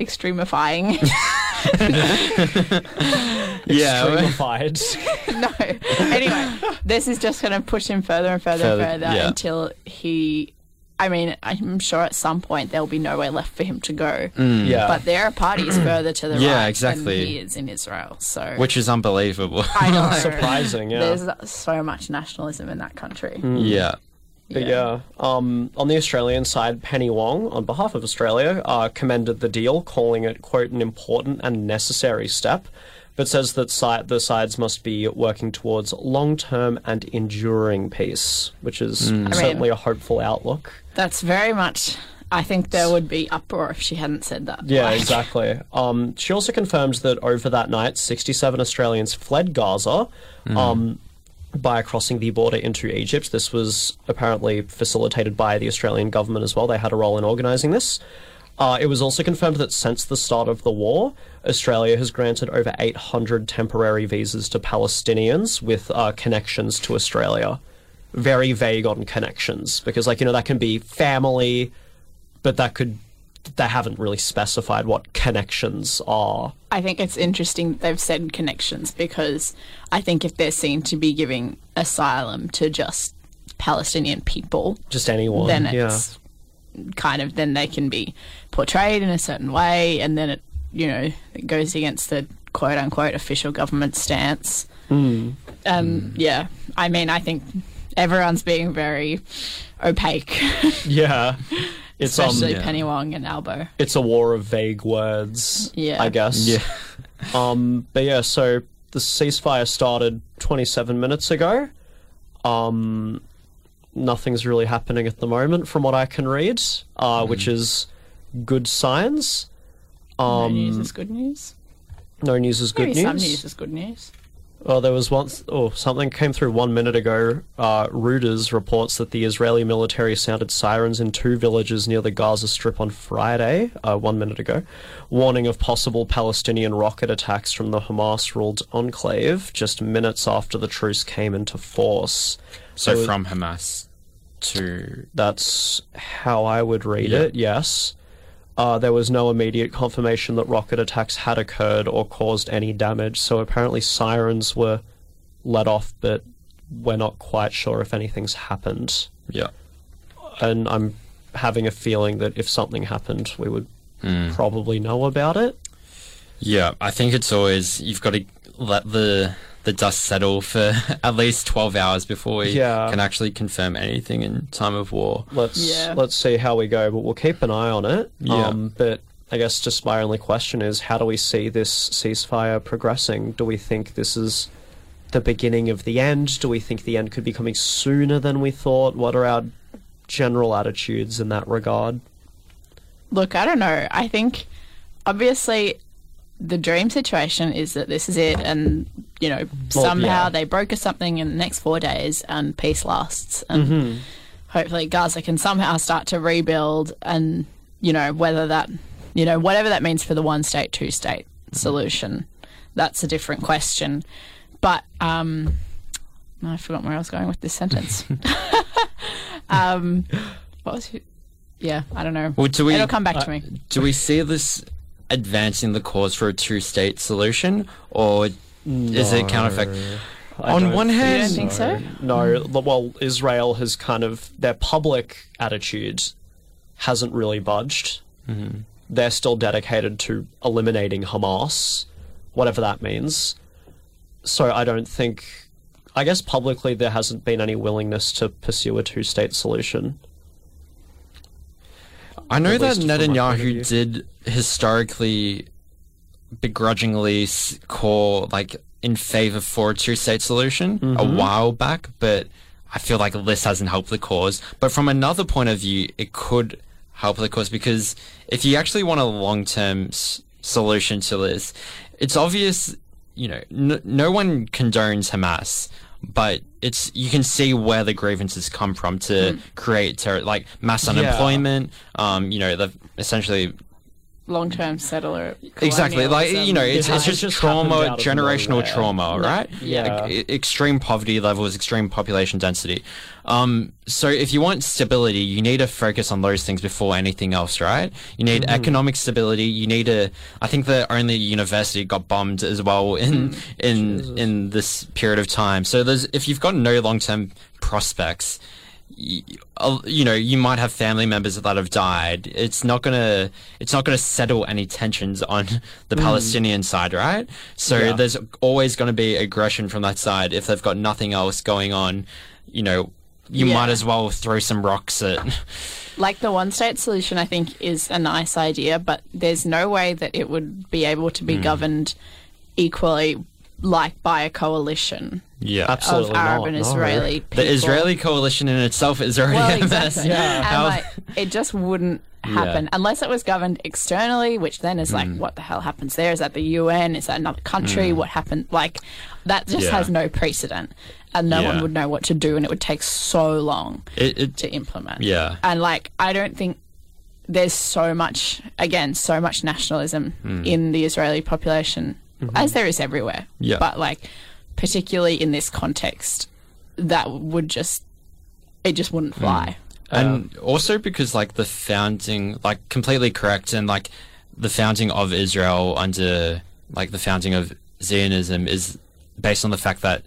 Extremifying.
Yeah.
Extremified.
no. Anyway, this is just going to push him further and further,
Further,
and further
yeah.
until he. I mean, I'm sure at some point there'll be nowhere left for him to go.
Mm. Yeah.
But there are parties further to the
Yeah,
right
exactly.
than he is in Israel. So
Which is unbelievable.
I know.
Surprising, yeah.
There's so much nationalism in that country.
Mm.
Yeah. But yeah, um, on the Australian side, Penny Wong, on behalf of Australia, uh, commended the deal, calling it, quote, an important and necessary step, but says that si- the sides must be working towards long term and enduring peace, which is
Mm. I mean-
certainly a hopeful outlook.
That's very much. I think there would be uproar if she hadn't said that.
Yeah,
Like,
exactly. Um, she also confirmed that over that night, 67 Australians fled Gaza
Hmm.
um, by crossing the border into Egypt. This was apparently facilitated by the Australian government as well. They had a role in organising this. Uh, it was also confirmed that since the start of the war, Australia has granted over 800 temporary visas to Palestinians with uh, connections to Australia. Very vague on connections because, like, you know, that can be family, but that could they haven't really specified what connections are.
I think it's interesting that they've said connections because I think if they're seen to be giving asylum to just Palestinian people,
Just anyone.
then
yeah.
it's kind of then they can be portrayed in a certain way, and then it you know it goes against the quote unquote official government stance.
Mm.
Um, yeah, I mean, I think everyone's being very opaque.
Yeah. It's um,
especially Penny Wong and Albo.
It's a war of vague words.
Yeah.
I guess.
Yeah.
um but yeah, so the ceasefire started twenty seven minutes ago. Um nothing's really happening at the moment from what I can read, uh, which is good signs. Um
no news is good news.
no news is good
Maybe some news is good news.
Well, there was once. Oh, something came through one minute ago. Uh, Reuters reports that the Israeli military sounded sirens in two villages near the Gaza Strip on Friday, uh, one minute ago, warning of possible Palestinian rocket attacks from the Hamas ruled enclave just minutes after the truce came into force.
So
There was-
from Hamas to
that's how I would read
Yeah.
it, yes. Uh, there was no immediate confirmation that rocket attacks had occurred or caused any damage, so apparently sirens were let off, but we're not quite sure if anything's happened.
Yeah.
And I'm having a feeling that if something happened, we would probably know about it.
Yeah, I think it's always you've got to let the the dust settle for at least twelve hours before we
Yeah.
can actually confirm anything in time of war.
Let's
Yeah.
let's see how we go, but we'll keep an eye on it.
Yeah.
Um, but I guess just my only question is, how do we see this ceasefire progressing? Do we think this is the beginning of the end? Do we think the end could be coming sooner than we thought? What are our general attitudes in that regard?
Look, I don't know. I think obviously the dream situation is that this is it, and you know
Well,
somehow
yeah.
they broker something in the next four days, and peace lasts, and
Mhm.
hopefully Gaza can somehow start to rebuild, and you know whether that you know whatever that means for the one state two state solution, that's a different question. But um, I forgot where I was going with this sentence. um, what was it? Yeah, I don't know.
Well, do we,
It'll come back to
uh,
me.
Do we see this advancing the cause for a two-state solution, or is it counterfactual?
I
On
don't
one
think
hand,
No, the- well, Israel has kind of their public attitude hasn't really budged.
Mhm.
They're still dedicated to eliminating Hamas, whatever that means. So I don't think, I guess publicly there hasn't been any willingness to pursue a two-state solution.
I know
At
that
least from my point of
Netanyahu
view.
did historically begrudgingly s- call like in favor for a two-state solution a
Mhm.
while back, but I feel like this hasn't helped the cause. But from another point of view, it could help the cause because if you actually want a long-term s- solution to this, it's obvious. You know, n- no one condones Hamas but it's you can see where the grievances come from to create terror, like mass unemployment. Um, you know, the essentially
long term settler.
exactly like you know, it's,
Yeah,
it's
it
just,
just happened
trauma,
out of
generational
nowhere.
trauma,
No,
right?
yeah.
E- e- extreme poverty levels, extreme population density. Um, so if you want stability, you need to focus on those things before anything else, right? You need
Mm-hmm.
economic stability. You need to. I think the only university got bombed as well in
Mm.
in in this period of time. So there's if you've got no long term prospects. y- uh, You know, you might have family members that have died. It's not gonna, it's not gonna settle any tensions on the
Hmm.
Mm.
Palestinian side, right? So
Yeah.
there's always going to be aggression from that side if they've got nothing else going on. You know, you
Yeah.
might as well throw some rocks at.
Like the one state solution, I think, is a nice idea, but there's no way that it would be able to be
Mm.
governed equally like by a coalition.
Yeah,
Absolutely Arab not, and no. Israeli
The
people.
Israeli coalition in itself is already
Well,
a mess.
exactly.
How-
And like, it just wouldn't happen
Yeah. Hmm.
unless it was governed externally, which then is like, what the hell happens there? Is that the UN? Is that another country?
Mm.
What happened? Like, that just
Yeah.
has no precedent, and no one
Yeah.
would know what to do, and it would take so long
It- it-
to implement.
Yeah.
and like, I don't think. There's so much, again, so much nationalism
Mm.
in the Israeli population, as there is everywhere.
Mm-hmm. Yeah.
But, like, particularly in this context, that would just, it just wouldn't
Hmm.
fly.
and Um, also because like the founding like completely correct and like the founding of israel under like the founding of zionism is based on the fact that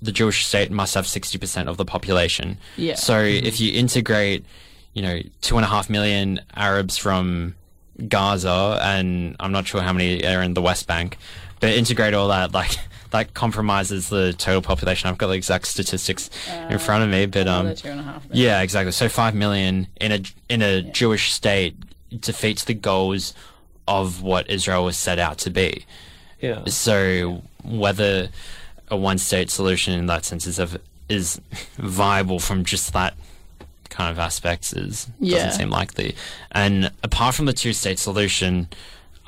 the jewish state must have 60% of the population
Yeah.
so if you integrate you know two and a half million arabs from gaza and i'm not sure how many are in the west bank but integrate all that like that compromises the total population. I've got the exact statistics in front of me, but um,
another two and a half
yeah, exactly. So five million in a in a Jewish state defeats the goals of what Israel was set out to be.
Yeah.
So whether a one state solution in that sense is of, is viable from just that kind of aspects is
Yeah.
doesn't seem likely. And apart from the two state solution,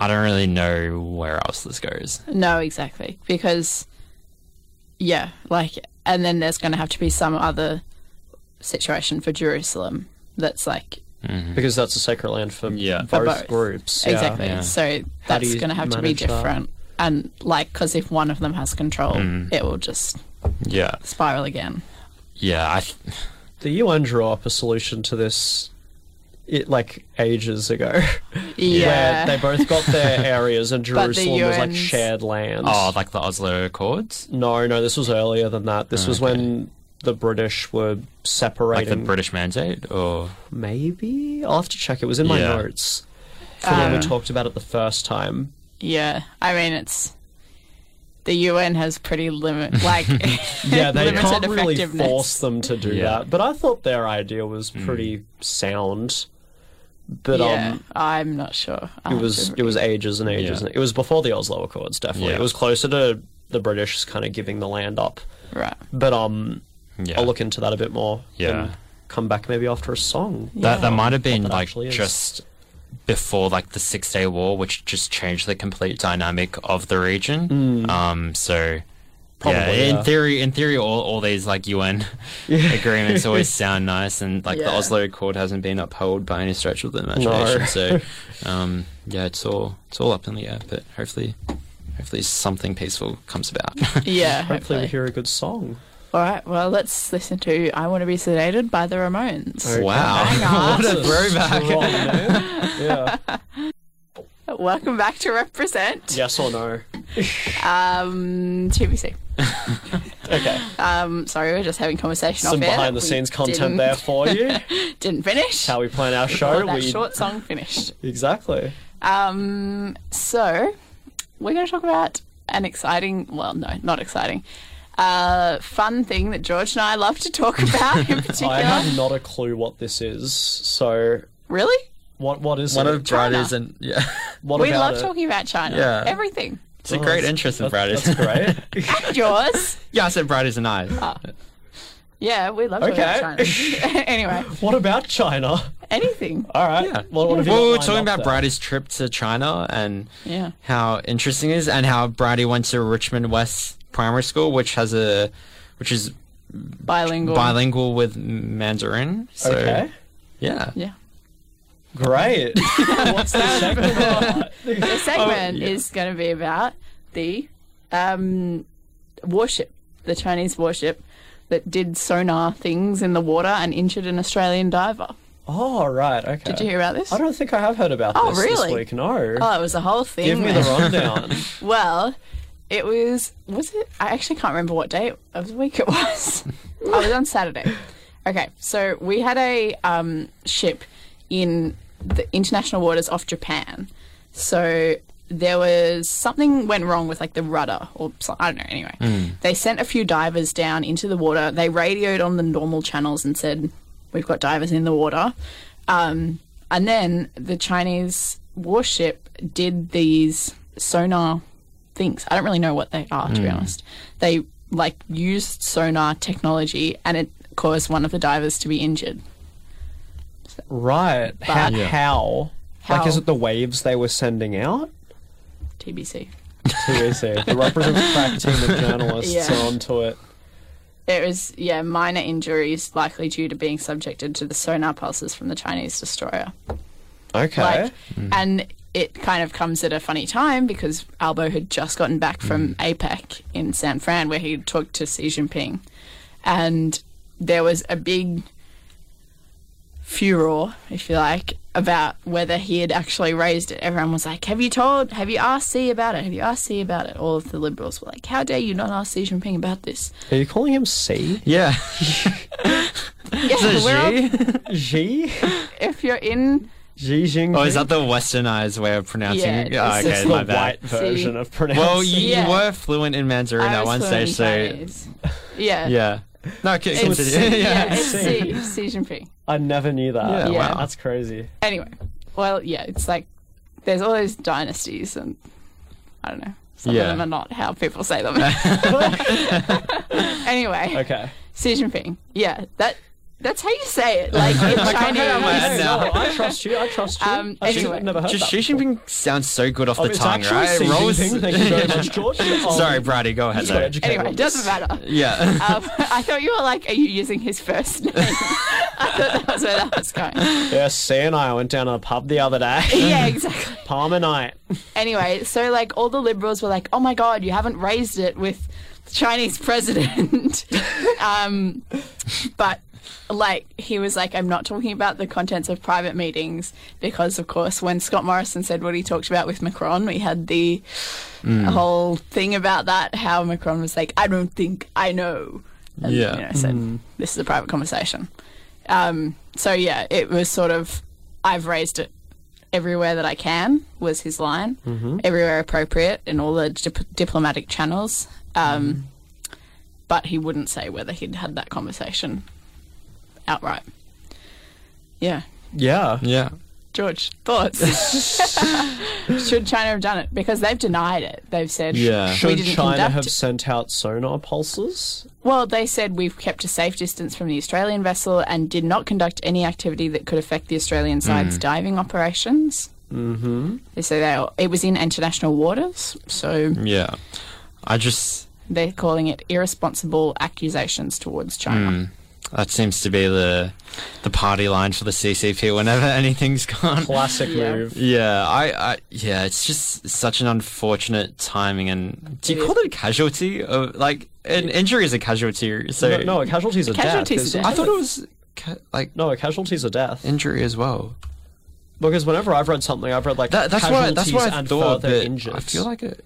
I don't really know where else this goes.
No, exactly. Because, yeah, like, and then there's going to have to be some other situation for Jerusalem that's like,
Because that's a sacred land for both,
for both.
groups. yeah.
Exactly. So
How do
that's
you
going to have to be
manage that?
different. And, like, because if one of them has control,
Hmm.
Mm.
it will just
Yeah.
spiral again.
Yeah, I
The UN drew up a solution to this it like ages ago.
Yeah.
Where they both got their areas and
But the
Jerusalem was like
UN's
shared land.
Oh, like the Oslo Accords?
No, no, this was earlier than that. This was when the British were
Like
separating
the British Mandate or
maybe? I'll have to check. It was in my
Yeah.
notes. From when we
Um,
talked about it the first time.
Yeah. I mean, it's. The UN has pretty limit, like
Yeah, they
limited
can't really
effectiveness.
force them to do
Yeah.
that. But I thought their idea was
Mm.
pretty sound. But
yeah,
um
I'm not sure. I'll
it
have
was
to-
it was ages and ages.
Yeah.
And it was before the Oslo Accords, definitely.
Yeah.
It was closer to the British kind of giving the land up.
right.
But um,
Yeah.
I'll look into that a bit more.
Yeah.
and come back maybe after a song.
That that might have been
What that
like
actually is.
just before like the Six Day War, which just changed the complete dynamic of the region. Um, so yeah,
Mm. Probably,
in
yeah.
theory, in theory, all, all these like UN agreements always sound nice, and like the
Yeah.
Oslo Accord hasn't been upheld by any stretch of the imagination. So um, yeah, it's all it's all up in the air, but hopefully. Hopefully something peaceful comes about.
Yeah,
Hopefully we
hopefully.
hear a good song.
All right, well, let's listen to I Want to Be Sedated by the Ramones.
Wow.
Hang
what
on.
a throwback.
Strong, man. yeah.
Welcome back to Represent,
Yes or no?
um, TBC.
Okay.
Um, sorry, we were just having conversation
Some
off air.
behind the
We
scenes content
didn't-
there for you.
Didn't finish.
How we plan our
Got
show.
that
we
short song finished.
exactly.
Um, so, we're going to talk about an exciting, well, no, not exciting, uh, fun thing that George and I love to talk about in particular.
I have not a clue what this is. So
Really?
what what is
One
it?
of Brad's and yeah.
what
We
about
love
it?
talking about China.
Yeah.
Everything.
It's a great interest in Brad's.
That's great.
Yours.
Yeah, I said bright as an eye.
Yeah, we love talking about
Okay. Uh,
China. anyway,
What about China?
anything.
All right.
Yeah.
What, what have you got
well, we were
lined
talking
up
about
there?
Brady's trip to China and
Yeah.
how interesting it is, and how Brady went to Richmond West Primary School, which has a which is
bilingual.
bilingual with Mandarin. So,
Okay.
Yeah.
Yeah.
Great.
What's the segment? the segment
Oh,
yeah.
is going to be about the um, warship, the Chinese warship that did sonar things in the water and injured an Australian diver.
Oh, right. Okay.
Did you hear about this?
I don't think I have heard about
Oh,
this
really?
this week. No.
Oh, it was a whole thing.
Give me the
man.
rundown.
Well, it was was it? I actually can't remember what day of the week it was. oh, it was on Saturday. Okay, so we had a um, ship in the international waters off Japan. So there was something went wrong with like the rudder or so- I don't know. Anyway, they sent a few divers down into the water. They radioed on the normal channels and said, "We've got divers in the water." Um, and then the Chinese warship did these sonar things. I don't really know what they are, to be
Mm.
honest. They like used sonar technology, and it caused one of the divers to be injured.
Right. How,
But- Yeah.
how? Like, is
How?
it the waves they were sending out?
TBC.
TBC. the representative crack team of journalists
Yeah.
are onto it.
There is, yeah, minor injuries likely due to being subjected to the sonar pulses from the Chinese destroyer.
Okay.
Like, and it kind of comes at a funny time because Albo had just gotten back from APEC in San Fran, where he talked to Xi Jinping, and there was a big furor, if you like, about whether he had actually raised it. Everyone was like, "Have you told? Have you asked Xi about it? Have you asked Xi about it?" All of the liberals were like, "How dare you not ask Xi Jinping about this?"
Are you calling him C?
Yeah.
Yeah, we're all-
Xi?
if you're in
Xi Jinping?
Oh, is that the westernized way of pronouncing
Yeah,
it? Oh,
it's-
okay,
It's the
my bad.
white version
See?
of
Well, you,
pronouncing.
you
Yeah.
were fluent in Mandarin
I
at
was
one
fluent
stage,
in
so
Chinese. yeah,
yeah. No, c-
It's,
continue.
yeah,
yeah.
it's Xi, Xi Jinping.
I never knew that.
Yeah,
Yeah. wow.
That's crazy.
Anyway, well, yeah, it's like there's all those dynasties, and I don't know. Some
Yeah.
of them are not how people say them. anyway,
Okay.
Xi Jinping. Yeah, that that's how you say it, like in
I can't get it out of my
Chinese.
head now.
No, I trust you. I trust you.
Um,
I should-
anyway.
never heard that.
Just Xi Jinping sounds so good off
Oh,
the
it's
tongue,
actually
right?
Xi
Rolls-
Jinping. Thank you very much, George. Um,
Sorry, Brady, go ahead.
just gotta
though.
educate
Anyway,
on
it
this.
doesn't matter.
Yeah.
Um, I thought you were like, are you using his first name? I thought that was where that was going.
Yeah, C and I went down to a pub the other day.
Yeah, exactly.
Palmer night.
anyway, so like all the liberals were like, "Oh my god, you haven't raised it with the Chinese president." um, but like he was like, "I'm not talking about the contents of private meetings because, of course, when Scott Morrison said what he talked about with Macron, we had the whole thing about that. How Macron was like, "I don't think I know." And,
Yeah.
you know, said this is a private conversation. Um, so yeah, it was sort of I've raised it everywhere that I can was his line.
Mm-hmm.
Everywhere appropriate in all the dip- diplomatic channels. Um,
Mm-hmm.
But he wouldn't say whether he'd had that conversation outright. Yeah,
Yeah.
Yeah.
George, thoughts? Should China have done it? Because they've denied it. They've said
Yeah.
we
Should
didn't
China
conduct
have
it.
sent out sonar pulses?
Well, they said we've kept a safe distance from the Australian vessel and did not conduct any activity that could affect the Australian side's diving operations.
Mm. Mm-hmm.
They say they, it was in international waters, so
Mm.
Yeah. I just.
they're calling it irresponsible accusations towards China.
Mm, that seems to be the the party line for the CCP whenever anything's gone.
Classic
Yeah.
move.
Yeah, I, I, yeah, it's just such an unfortunate timing. And do you
It
call it a casualty? Of, like, an injury is a casualty. So
No, no, a casualty's a
Casualties
death.
are
isn't
I thought it was ca- like
No, a casualty's a death.
injury as well.
Because whenever I've read something, I've read like
That, that's what I,
casualties
that's what I
and
thought.
further
But
injured.
I feel like it.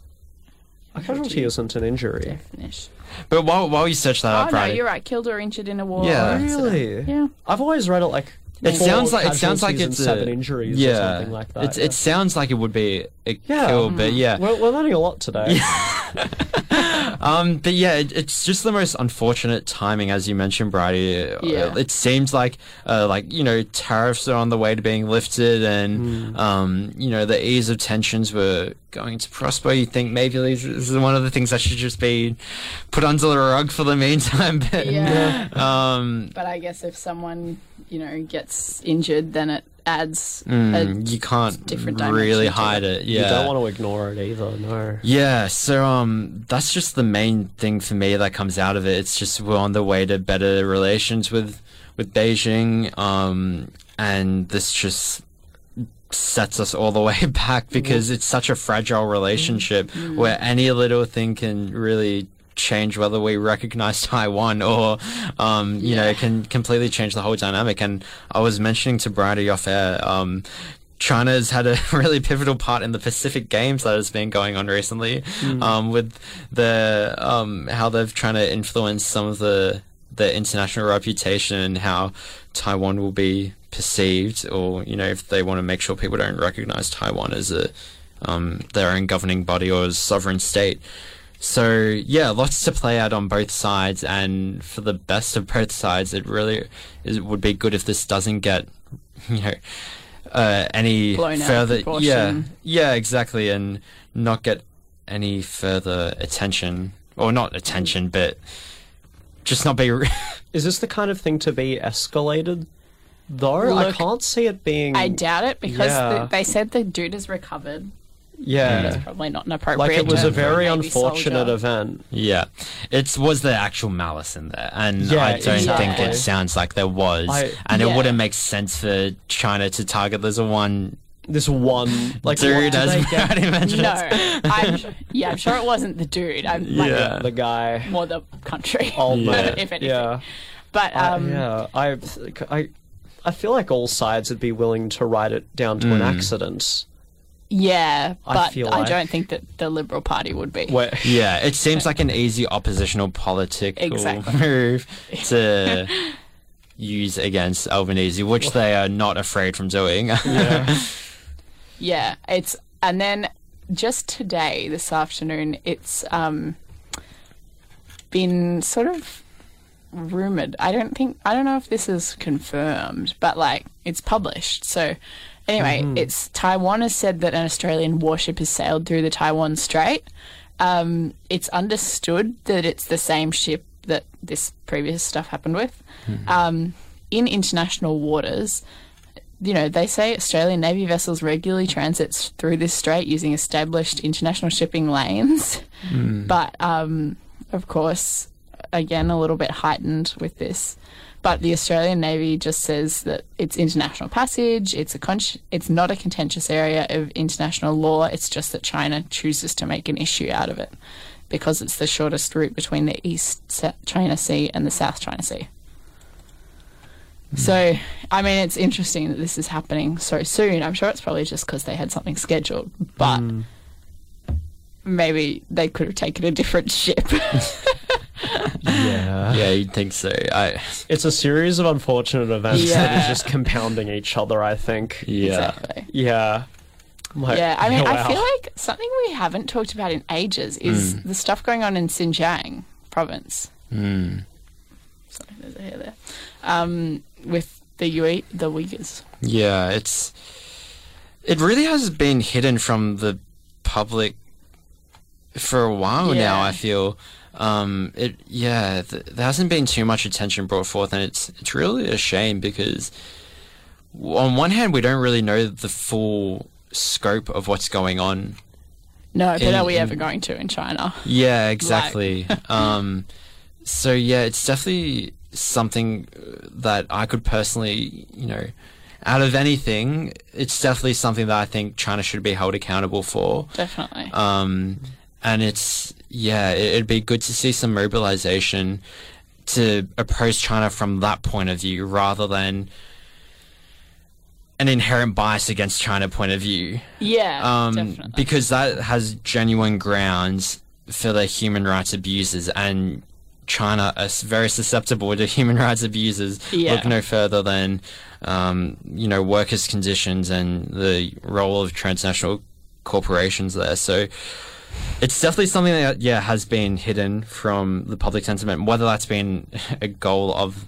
a casualty isn't an injury.
Finish.
But while while you search that
Oh
Ah,
up,
no,
right?
you're right. Killed or injured in a war.
Yeah.
or accident.
Really?
Yeah.
I've always read it like.
It
four
sounds like it sounds like
casualties
it's
and
a,
seven injuries
yeah,
or something like that.
It's, It sounds like it would be a
Yeah. Mm-hmm.
kill, but
yeah.
yeah,
We're, we're learning a lot today.
Um, but yeah, it, it's just the most unfortunate timing, as you mentioned, Brady. Uh,
Yeah.
It seems like, uh, like you know, tariffs are on the way to being lifted,
Hmm.
and um, you know, the ease of tensions were going to prosper. You think maybe these- this is one of the things that should just be put under the rug for the meantime. But
Yeah.
um,
But I guess if someone you know gets injured, then it adds
Mm,
a
you can't
different
really
dimension to
hide it. Yeah.
You don't want to ignore it either, no.
Yeah, so um, that's just the main thing for me that comes out of it. It's just we're on the way to better relations with with Beijing, um, and this just sets us all the way back because it's such a fragile relationship where any little thing can really change whether we recognize Taiwan or um, you know it can completely change the whole dynamic. And I was mentioning to Brady off air. Um, China's had a really pivotal part in the Pacific Games that has been going on recently, um, with the um, how they've trying to influence some of the the international reputation and how Taiwan will be perceived, or you know, if they want to make sure people don't recognize Taiwan as a um, their own governing body or as sovereign state. So yeah, lots to play out on both sides, and for the best of both sides, it really is, would be good if this doesn't get you know uh, any
Blown out of
further. yeah,
proportion.
yeah, exactly, and not get any further attention, or not attention, but just not be. Re-
Is this the kind of thing to be escalated, though? I
Look,
can't see it being.
I doubt it because
Yeah.
the, they said the dude has recovered.
yeah.
It's probably not an appropriate.
Like it was a
term for
very
Navy
unfortunate
soldier.
event.
Yeah, it was there actual malice in there, and
Yeah,
I don't think
exactly.
it sounds like there was,
I-
and
Yeah.
it wouldn't make sense for China to target this one
This one, like, what
dude
did
as
they get?
Brad mentioned.
No, I'm, yeah, I'm sure it wasn't the dude. I'm like,
Yeah.
the guy.
more the country,
All
Yeah.
the-
if anything.
yeah.
But
I-
um,
yeah, I, I, I feel like all sides would be willing to write it down to an
Hmm.
accident.
Yeah,
I
but I,
feel like-
don't think that the Liberal Party would be.
Where,
Yeah, it seems like an easy oppositional political
Exactly.
move to use against Albanese, which they are not afraid from doing.
Yeah, it's and then just today, this afternoon, it's um been sort of rumored. I don't think I don't know if this is confirmed, but like it's published. So anyway, it's Taiwan has said that an Australian warship has sailed through the Taiwan Strait. Um, it's understood that it's the same ship that this previous stuff happened with. Um, in international waters, you know, they say Australian Navy vessels regularly transits through this strait using established international shipping lanes. But um, of course, again, a little bit heightened with this. But the Australian Navy just says that it's international passage. It's a con- it's not a contentious area of international law. It's just that China chooses to make an issue out of it because it's the shortest route between the East Sa- China Sea and the South China Sea. So, I mean, it's interesting that this is happening so soon. I'm sure it's probably just because they had something scheduled, but
Hmm.
maybe they could have taken a different ship.
yeah, you'd think so. I
it's a series of unfortunate events that
Yeah.
are just compounding each other. I think.
yeah.
Exactly.
Yeah. I'm like,
Yeah, I mean,
Oh,
wow.
I feel like something we haven't talked about in ages is
Hmm.
the stuff going on in Xinjiang province.
Hmm.
Sorry, there's a hair there. Um, with the UE, the Uyghurs.
Yeah, it's it really has been hidden from the public for a while now.
Yeah.
I feel um, it. Yeah, th- there hasn't been too much attention brought forth, and it's it's really a shame because on one hand we don't really know the full scope of what's going on.
No, but
In-
are we
in-
ever going to in China?
Yeah, exactly. um, so yeah, it's definitely something uh, that I could personally, you know, out of anything, it's definitely something that I think China should be held accountable for.
Definitely.
Um, and it's yeah, it, it'd be good to see some mobilization to oppose China from that point of view rather than an inherent bias against China point of view
yeah,
um,
definitely.
because that has genuine grounds for the human rights abuses and China is very susceptible to human rights abuses.
Yeah.
Look no further than, um, you know, workers' conditions and the role of transnational corporations there. So it's definitely something that, yeah, has been hidden from the public sentiment, whether that's been a goal of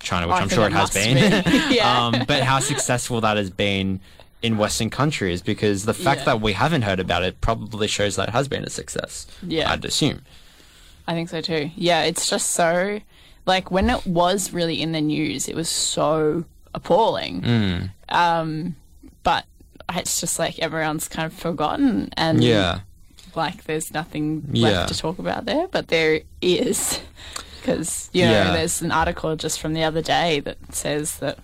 China,
Oh,
which
I
I'm
think
sure
it
it has
must
been.
be. Yeah.
um, but how successful that has been in Western countries, because the fact
Yeah.
that we haven't heard about it probably shows that it has been a success.
Yeah.
I'd assume.
I think so too. Yeah, it's just so like when it was really in the news, it was so appalling.
Mm.
Um, but it's just like everyone's kind of forgotten and
Yeah.
like there's nothing
Yeah.
left to talk about there, but there is because you know
Yeah.
there's an article just from the other day that says that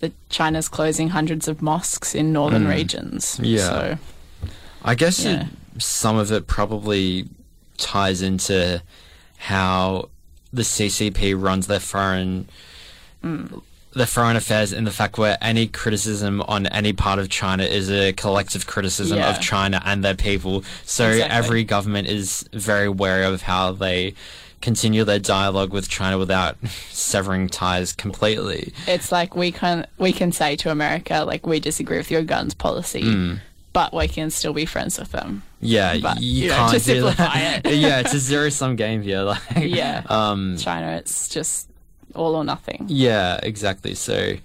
that China's closing hundreds of mosques in northern
Mm.
regions.
Yeah.
So,
I guess
Yeah.
it, some of it probably ties into how the CCP runs their foreign
Mm.
their foreign affairs and the fact where any criticism on any part of China is a collective criticism
Yeah.
of China and their people. So
Exactly.
every government is very wary of how they continue their dialogue with China without severing ties completely.
it's like we can we can say to America like we disagree with your guns policy,
Mm.
but we can still be friends with them.
Yeah,
But,
you,
you know,
can't
to
do that.
simplify it.
yeah, it's a zero sum game here. Like,
Yeah.
um,
China, it's just all or nothing.
Yeah, exactly. So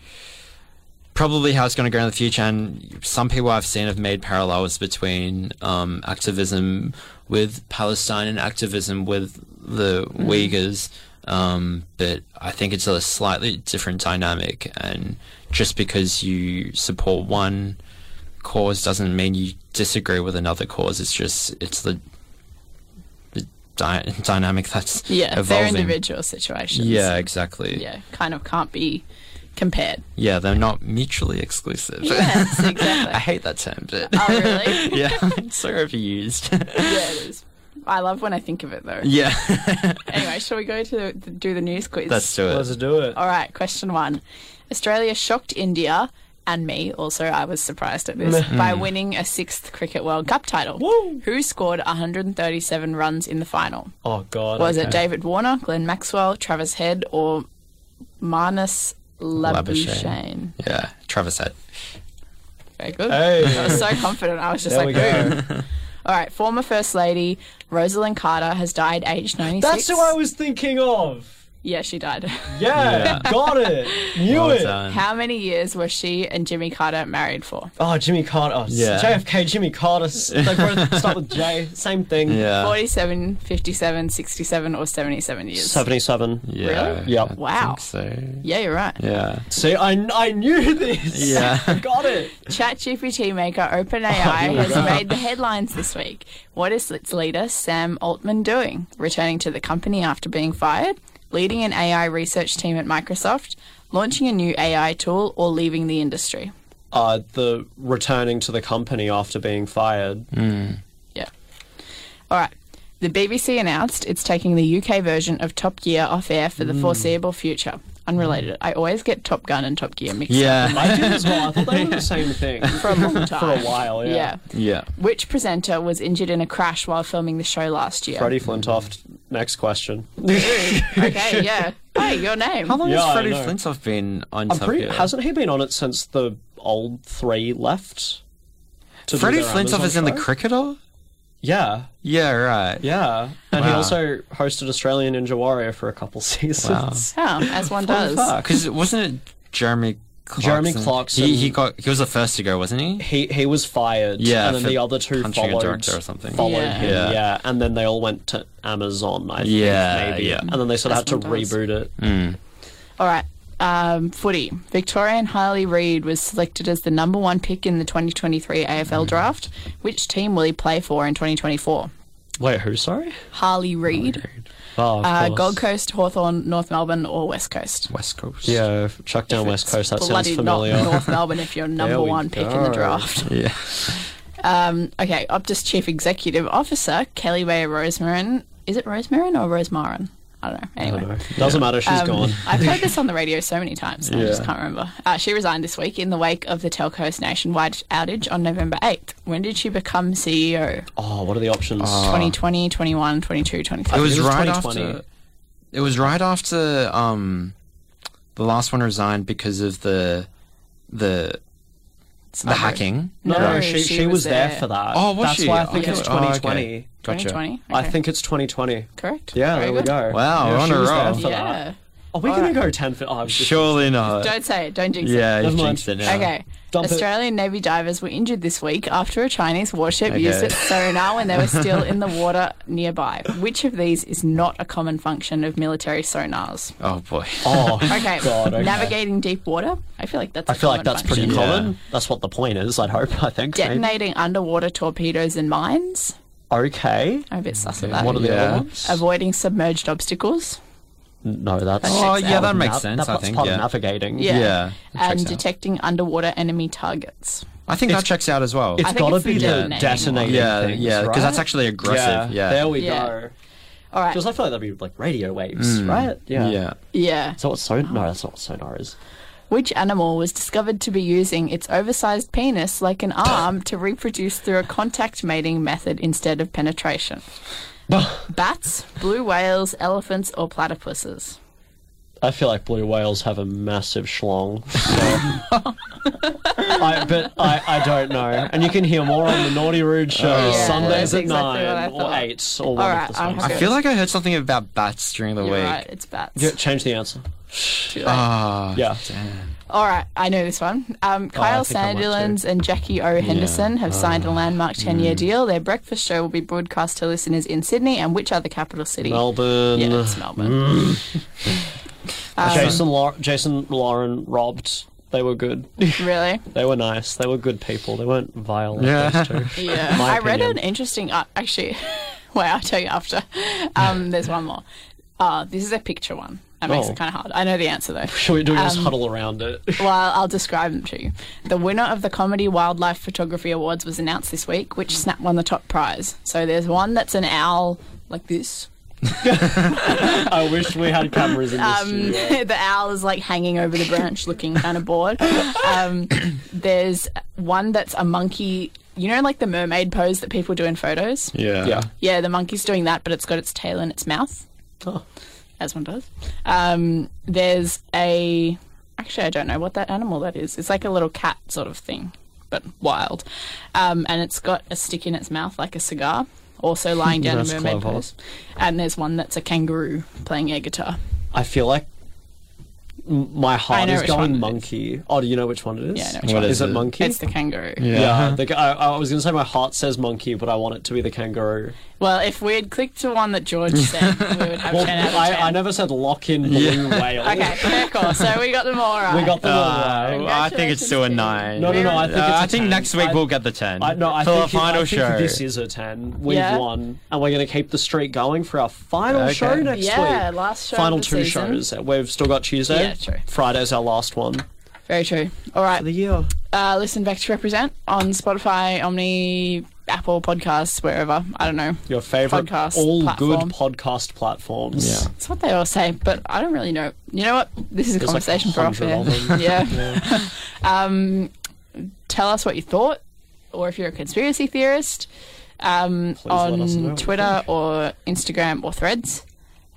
probably how it's going to go in the future. And some people I've seen have made parallels between um, activism with Palestine and activism with the
Mm-hmm.
Mhm.
Uyghurs. Um, but I think it's a slightly different dynamic. And just because you support one cause doesn't mean you disagree with another cause. It's just it's the the dy- dynamic that's
Yeah,
evolving.
they're individual situations.
Yeah, exactly.
yeah, kind of can't be compared.
Yeah, they're not mutually exclusive.
Yes, exactly.
I hate that term, but
Oh, really?
yeah, it's so overused.
yeah, it is. I love when I think of it though.
yeah,
Anyway, shall we go to the, do the news quiz?
let's do it.
do it.
All right, question one. Australia shocked India and me, also, I was surprised at this,
Mm.
by winning a sixth Cricket World Cup title. Who scored 137 runs in the final?
Oh God.
Was
okay.
it David Warner, Glenn Maxwell, Travis Head, or Manus Labuschagne?
Yeah, Travis Head.
Very good.
Hey.
I was so confident. I was just
There
like,
we
boom. All right, former First Lady Rosalind Carter has died aged 96.
That's who I was thinking of.
Yeah, she died.
Yeah,
Yeah.
got it. Knew
Well
it.
done.
How many years were she and Jimmy Carter married for?
Oh, Jimmy Carter.
Yeah.
Yeah. JFK, Jimmy Carter. s- They both start with J. Same thing.
Yeah.
47, 57, 67, or 77 years.
77.
Yeah.
Really?
Yep.
Wow. Yeah, you're right.
Yeah.
See, I, I knew this.
Yeah.
I got it.
ChatGPT maker
Oh,
OpenAI
here we
has
go.
made the headlines this week. What is its leader, Sam Altman, doing? Returning to the company after being fired? Leading an AI research team at Microsoft? Launching a new AI tool? Or leaving the industry?
Uh, the returning to the company after being fired.
Yeah. All right. The BBC announced it's taking the UK version of Top Gear off air for the foreseeable future. Unrelated. I always get Top Gun and Top Gear mixed
Yeah.
up.
I did as well. I thought they were the same thing.
For a long time.
For a while, yeah.
Yeah.
Yeah.
Which presenter was injured in a crash while filming the show last year?
Freddie Flintoff, next question.
okay, yeah. Hey, your name.
How long
Yeah, I
has Freddie
know.
Flintoff been on
I'm
Top
pretty,
Gear?
hasn't he been on it since the old three left? To do
Freddie
their
Flintoff
Amazon
is in the
show?
cricketer?
Yeah,
Yeah, right.
yeah. And he
Wow.
also hosted Australian Ninja Warrior for a couple seasons.
Oh, as one
Fun
does.
fact.
Because wasn't it Jeremy Clarkson?
Jeremy Clarkson-
He, he got he was the first to go, wasn't he?
He he was fired.
Yeah,
and then
for
the other two
punching a
followed.
director or something.
Followed
Yeah.
him.
Yeah.
Yeah. and then they all went to Amazon. I think,
Yeah,
maybe.
yeah.
And then they sort of
As
had to
one does.
reboot it.
Mm.
All right. Um, footy. Victorian Harley Reid was selected as the number one pick in the 2023
Mm.
AFL draft. Which team will he play for in 2024?
Wait, who? Sorry.
Harley Reid,
Oh, of
uh,
course.
Gold Coast, Hawthorn, North Melbourne, or West Coast?
West Coast.
Yeah, chuck down West Coast. That sounds
Bloody
familiar.
not North Melbourne if you're number
we
one pick in the
go.
draft.
Yeah.
Um, okay, Optus Chief Executive Officer Kelly Bay Rosemarin. Is it Rosemarin or Rosemarin? I don't know. Anyway.
Doesn't matter. She's
Um,
gone.
I've heard this on the radio so many times, I just
Yeah.
can't remember. Uh, she resigned this week in the wake of the telco's nationwide outage on November 8th. When did she become E CEO?
Oh, what are the options?
2020, 21, 22, 23.
It was,
it was
right
2020.
after. It was right after um, the last one resigned because of the the the
Cyber-
hacking.
No,
No,
she,
she
she,
was
was there.
there.
for that.
Oh, was
That's
she?
why I think
Oh,
it's
okay. Oh, okay.
2020.
Gotcha.
2020?
I
Okay,
think it's 2020.
Correct.
Yeah,
Very
there we
good.
go.
Wow,
yeah,
we're on
she
a
was there
roll.
for
Yeah.
that. Are we going to go 10 feet? Oh, I was just-
Surely not.
Don't say it. Don't jinx it.
Yeah, you Never mind. jinxed it now.
Okay.
Dump it.
Australian Navy divers were injured this week after a Chinese warship
Okay.
used its sonar when they were still in the water nearby. Which of these is not a common function of military sonars?
Oh boy.
Oh,
Okay.
God, okay.
Navigating deep water. I feel like that's.
I
a
feel like
common
that's pretty
function.
common. That's what the point is, I'd hope, I think. maybe.
Detonating underwater torpedoes and mines.
Okay.
I'm a bit sus of that.
What are the
Yeah.
other ones?
Avoiding submerged obstacles.
No, that's.
Oh, yeah,
part
that
of
makes
nav-
sense,
that
I
part's
think,
part
yeah.
of navigating.
Yeah.
Yeah, that checks
and
out.
detecting underwater enemy targets.
I think that checks out as well.
It's
I think
got to
it's the
be the
detonating
detonating.
yeah,
things,
yeah,
right?
that's actually aggressive. Yeah. Mm.
there we
Yeah.
go.
All right.
Because I feel like that'd be like radio waves, right?
yeah.
Yeah.
So what's sonar? No, that's not what sonar is.
Which animal was discovered to be using its oversized penis like an arm to reproduce through a contact mating method instead of penetration? Bats, blue whales, elephants, or platypuses?
I feel like blue whales have a massive schlong. so- I, but I, I don't know. And you can hear more on the Naughty Rude show
Oh, yeah,
Sundays
that's
at
exactly what I
9 or
thought.
8 or one
right,
of
I'll
the
have
songs.
I feel like I heard something about bats during the
You're
week.
right, it's bats.
Yeah, Change the answer.
Too late.
Ah,
Yeah.
All right, I know this one. Um, Kyle
think Oh, I might Ah.
Sandilands and Jackie O. Henderson have signed a landmark
Hmm.
10 year deal. Their breakfast show will be broadcast to listeners in Sydney and which other capital city?
Melbourne.
Yeah, um, it's Melbourne.
Jason, Lau- Jason Lauren robbed. They were good.
really?
They were nice. They were good people. They weren't vile like
Yeah.
those two.
Yeah,
My
I read an
opinion.
interesting. Uh, actually, wait, I'll tell you after. Um, there's one more. Uh, this is a picture one. That makes
Oh.
it kind of hard. I know the answer though.
Should we do
Um,
just huddle around it?
Well, I'll describe them to you. The winner of the Comedy Wildlife Photography Awards was announced this week, which Snap won the top prize. So there's one that's an owl like this.
I wish we had cameras in this
Um,
studio.
the owl is like hanging over the branch, looking kind of bored. Um, there's one that's a monkey. You know, like the mermaid pose that people do in photos.
yeah,
Yeah.
Yeah, the monkey's doing that, but it's got its tail in its mouth,
Oh.
as one does. Um, there's a. Actually, I don't know what that animal that is. It's like a little cat sort of thing, but wild. Um, and it's got a stick in its mouth, like a cigar, also lying down in
That's
mermaid
clever.
pose. And there's one that's a kangaroo playing air guitar.
I feel like m- my
I
heart
know
is
which one it
going
is.
monkey. Oh, do you know which one it is?
Yeah, I know
which What one.
is
is
it
it?
monkey?
It's the kangaroo.
yeah, the, I, I was going to say my heart says monkey, but I want it to be the kangaroo.
Well, if we had clicked the one that George said, we would have
Well,
10 out of 10.
I, I never said lock in blue whale.
Okay, fair call. So we got them all right.
We got them all right.
Uh, I think it's still a nine.
No, no, no, I think
Uh,
it's a
I think
10.
next week
I-
we'll get the ten.
I, no, I
for
think,
the final
I think
show.
this is a 10. We've
Yeah.
won, and we're going to keep the streak going for our final
Okay.
show next week.
Yeah, last show of
Final
the
two
season.
shows. We've still got Tuesday.
Yeah, true.
Friday's our last one.
Very true. All right.
The year.
uh, listen back to Represent on Spotify, Omni, Apple Podcasts, wherever. I don't know.
Your favorite
Podcast
all
platform.
good podcast platforms.
Yeah.
That's what they all say, but I don't really know. You know what? This is a
There's like
conversation for off
100
air.
of them.
Yeah. um, tell us what you thought, or if you're a conspiracy theorist, um,
let us know what
on
you
Twitter or Instagram or Threads.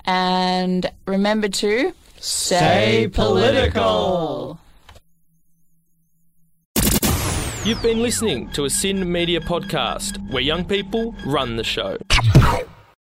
And remember to
Stay political.
You've been listening to a Sin Media podcast where young people run the show.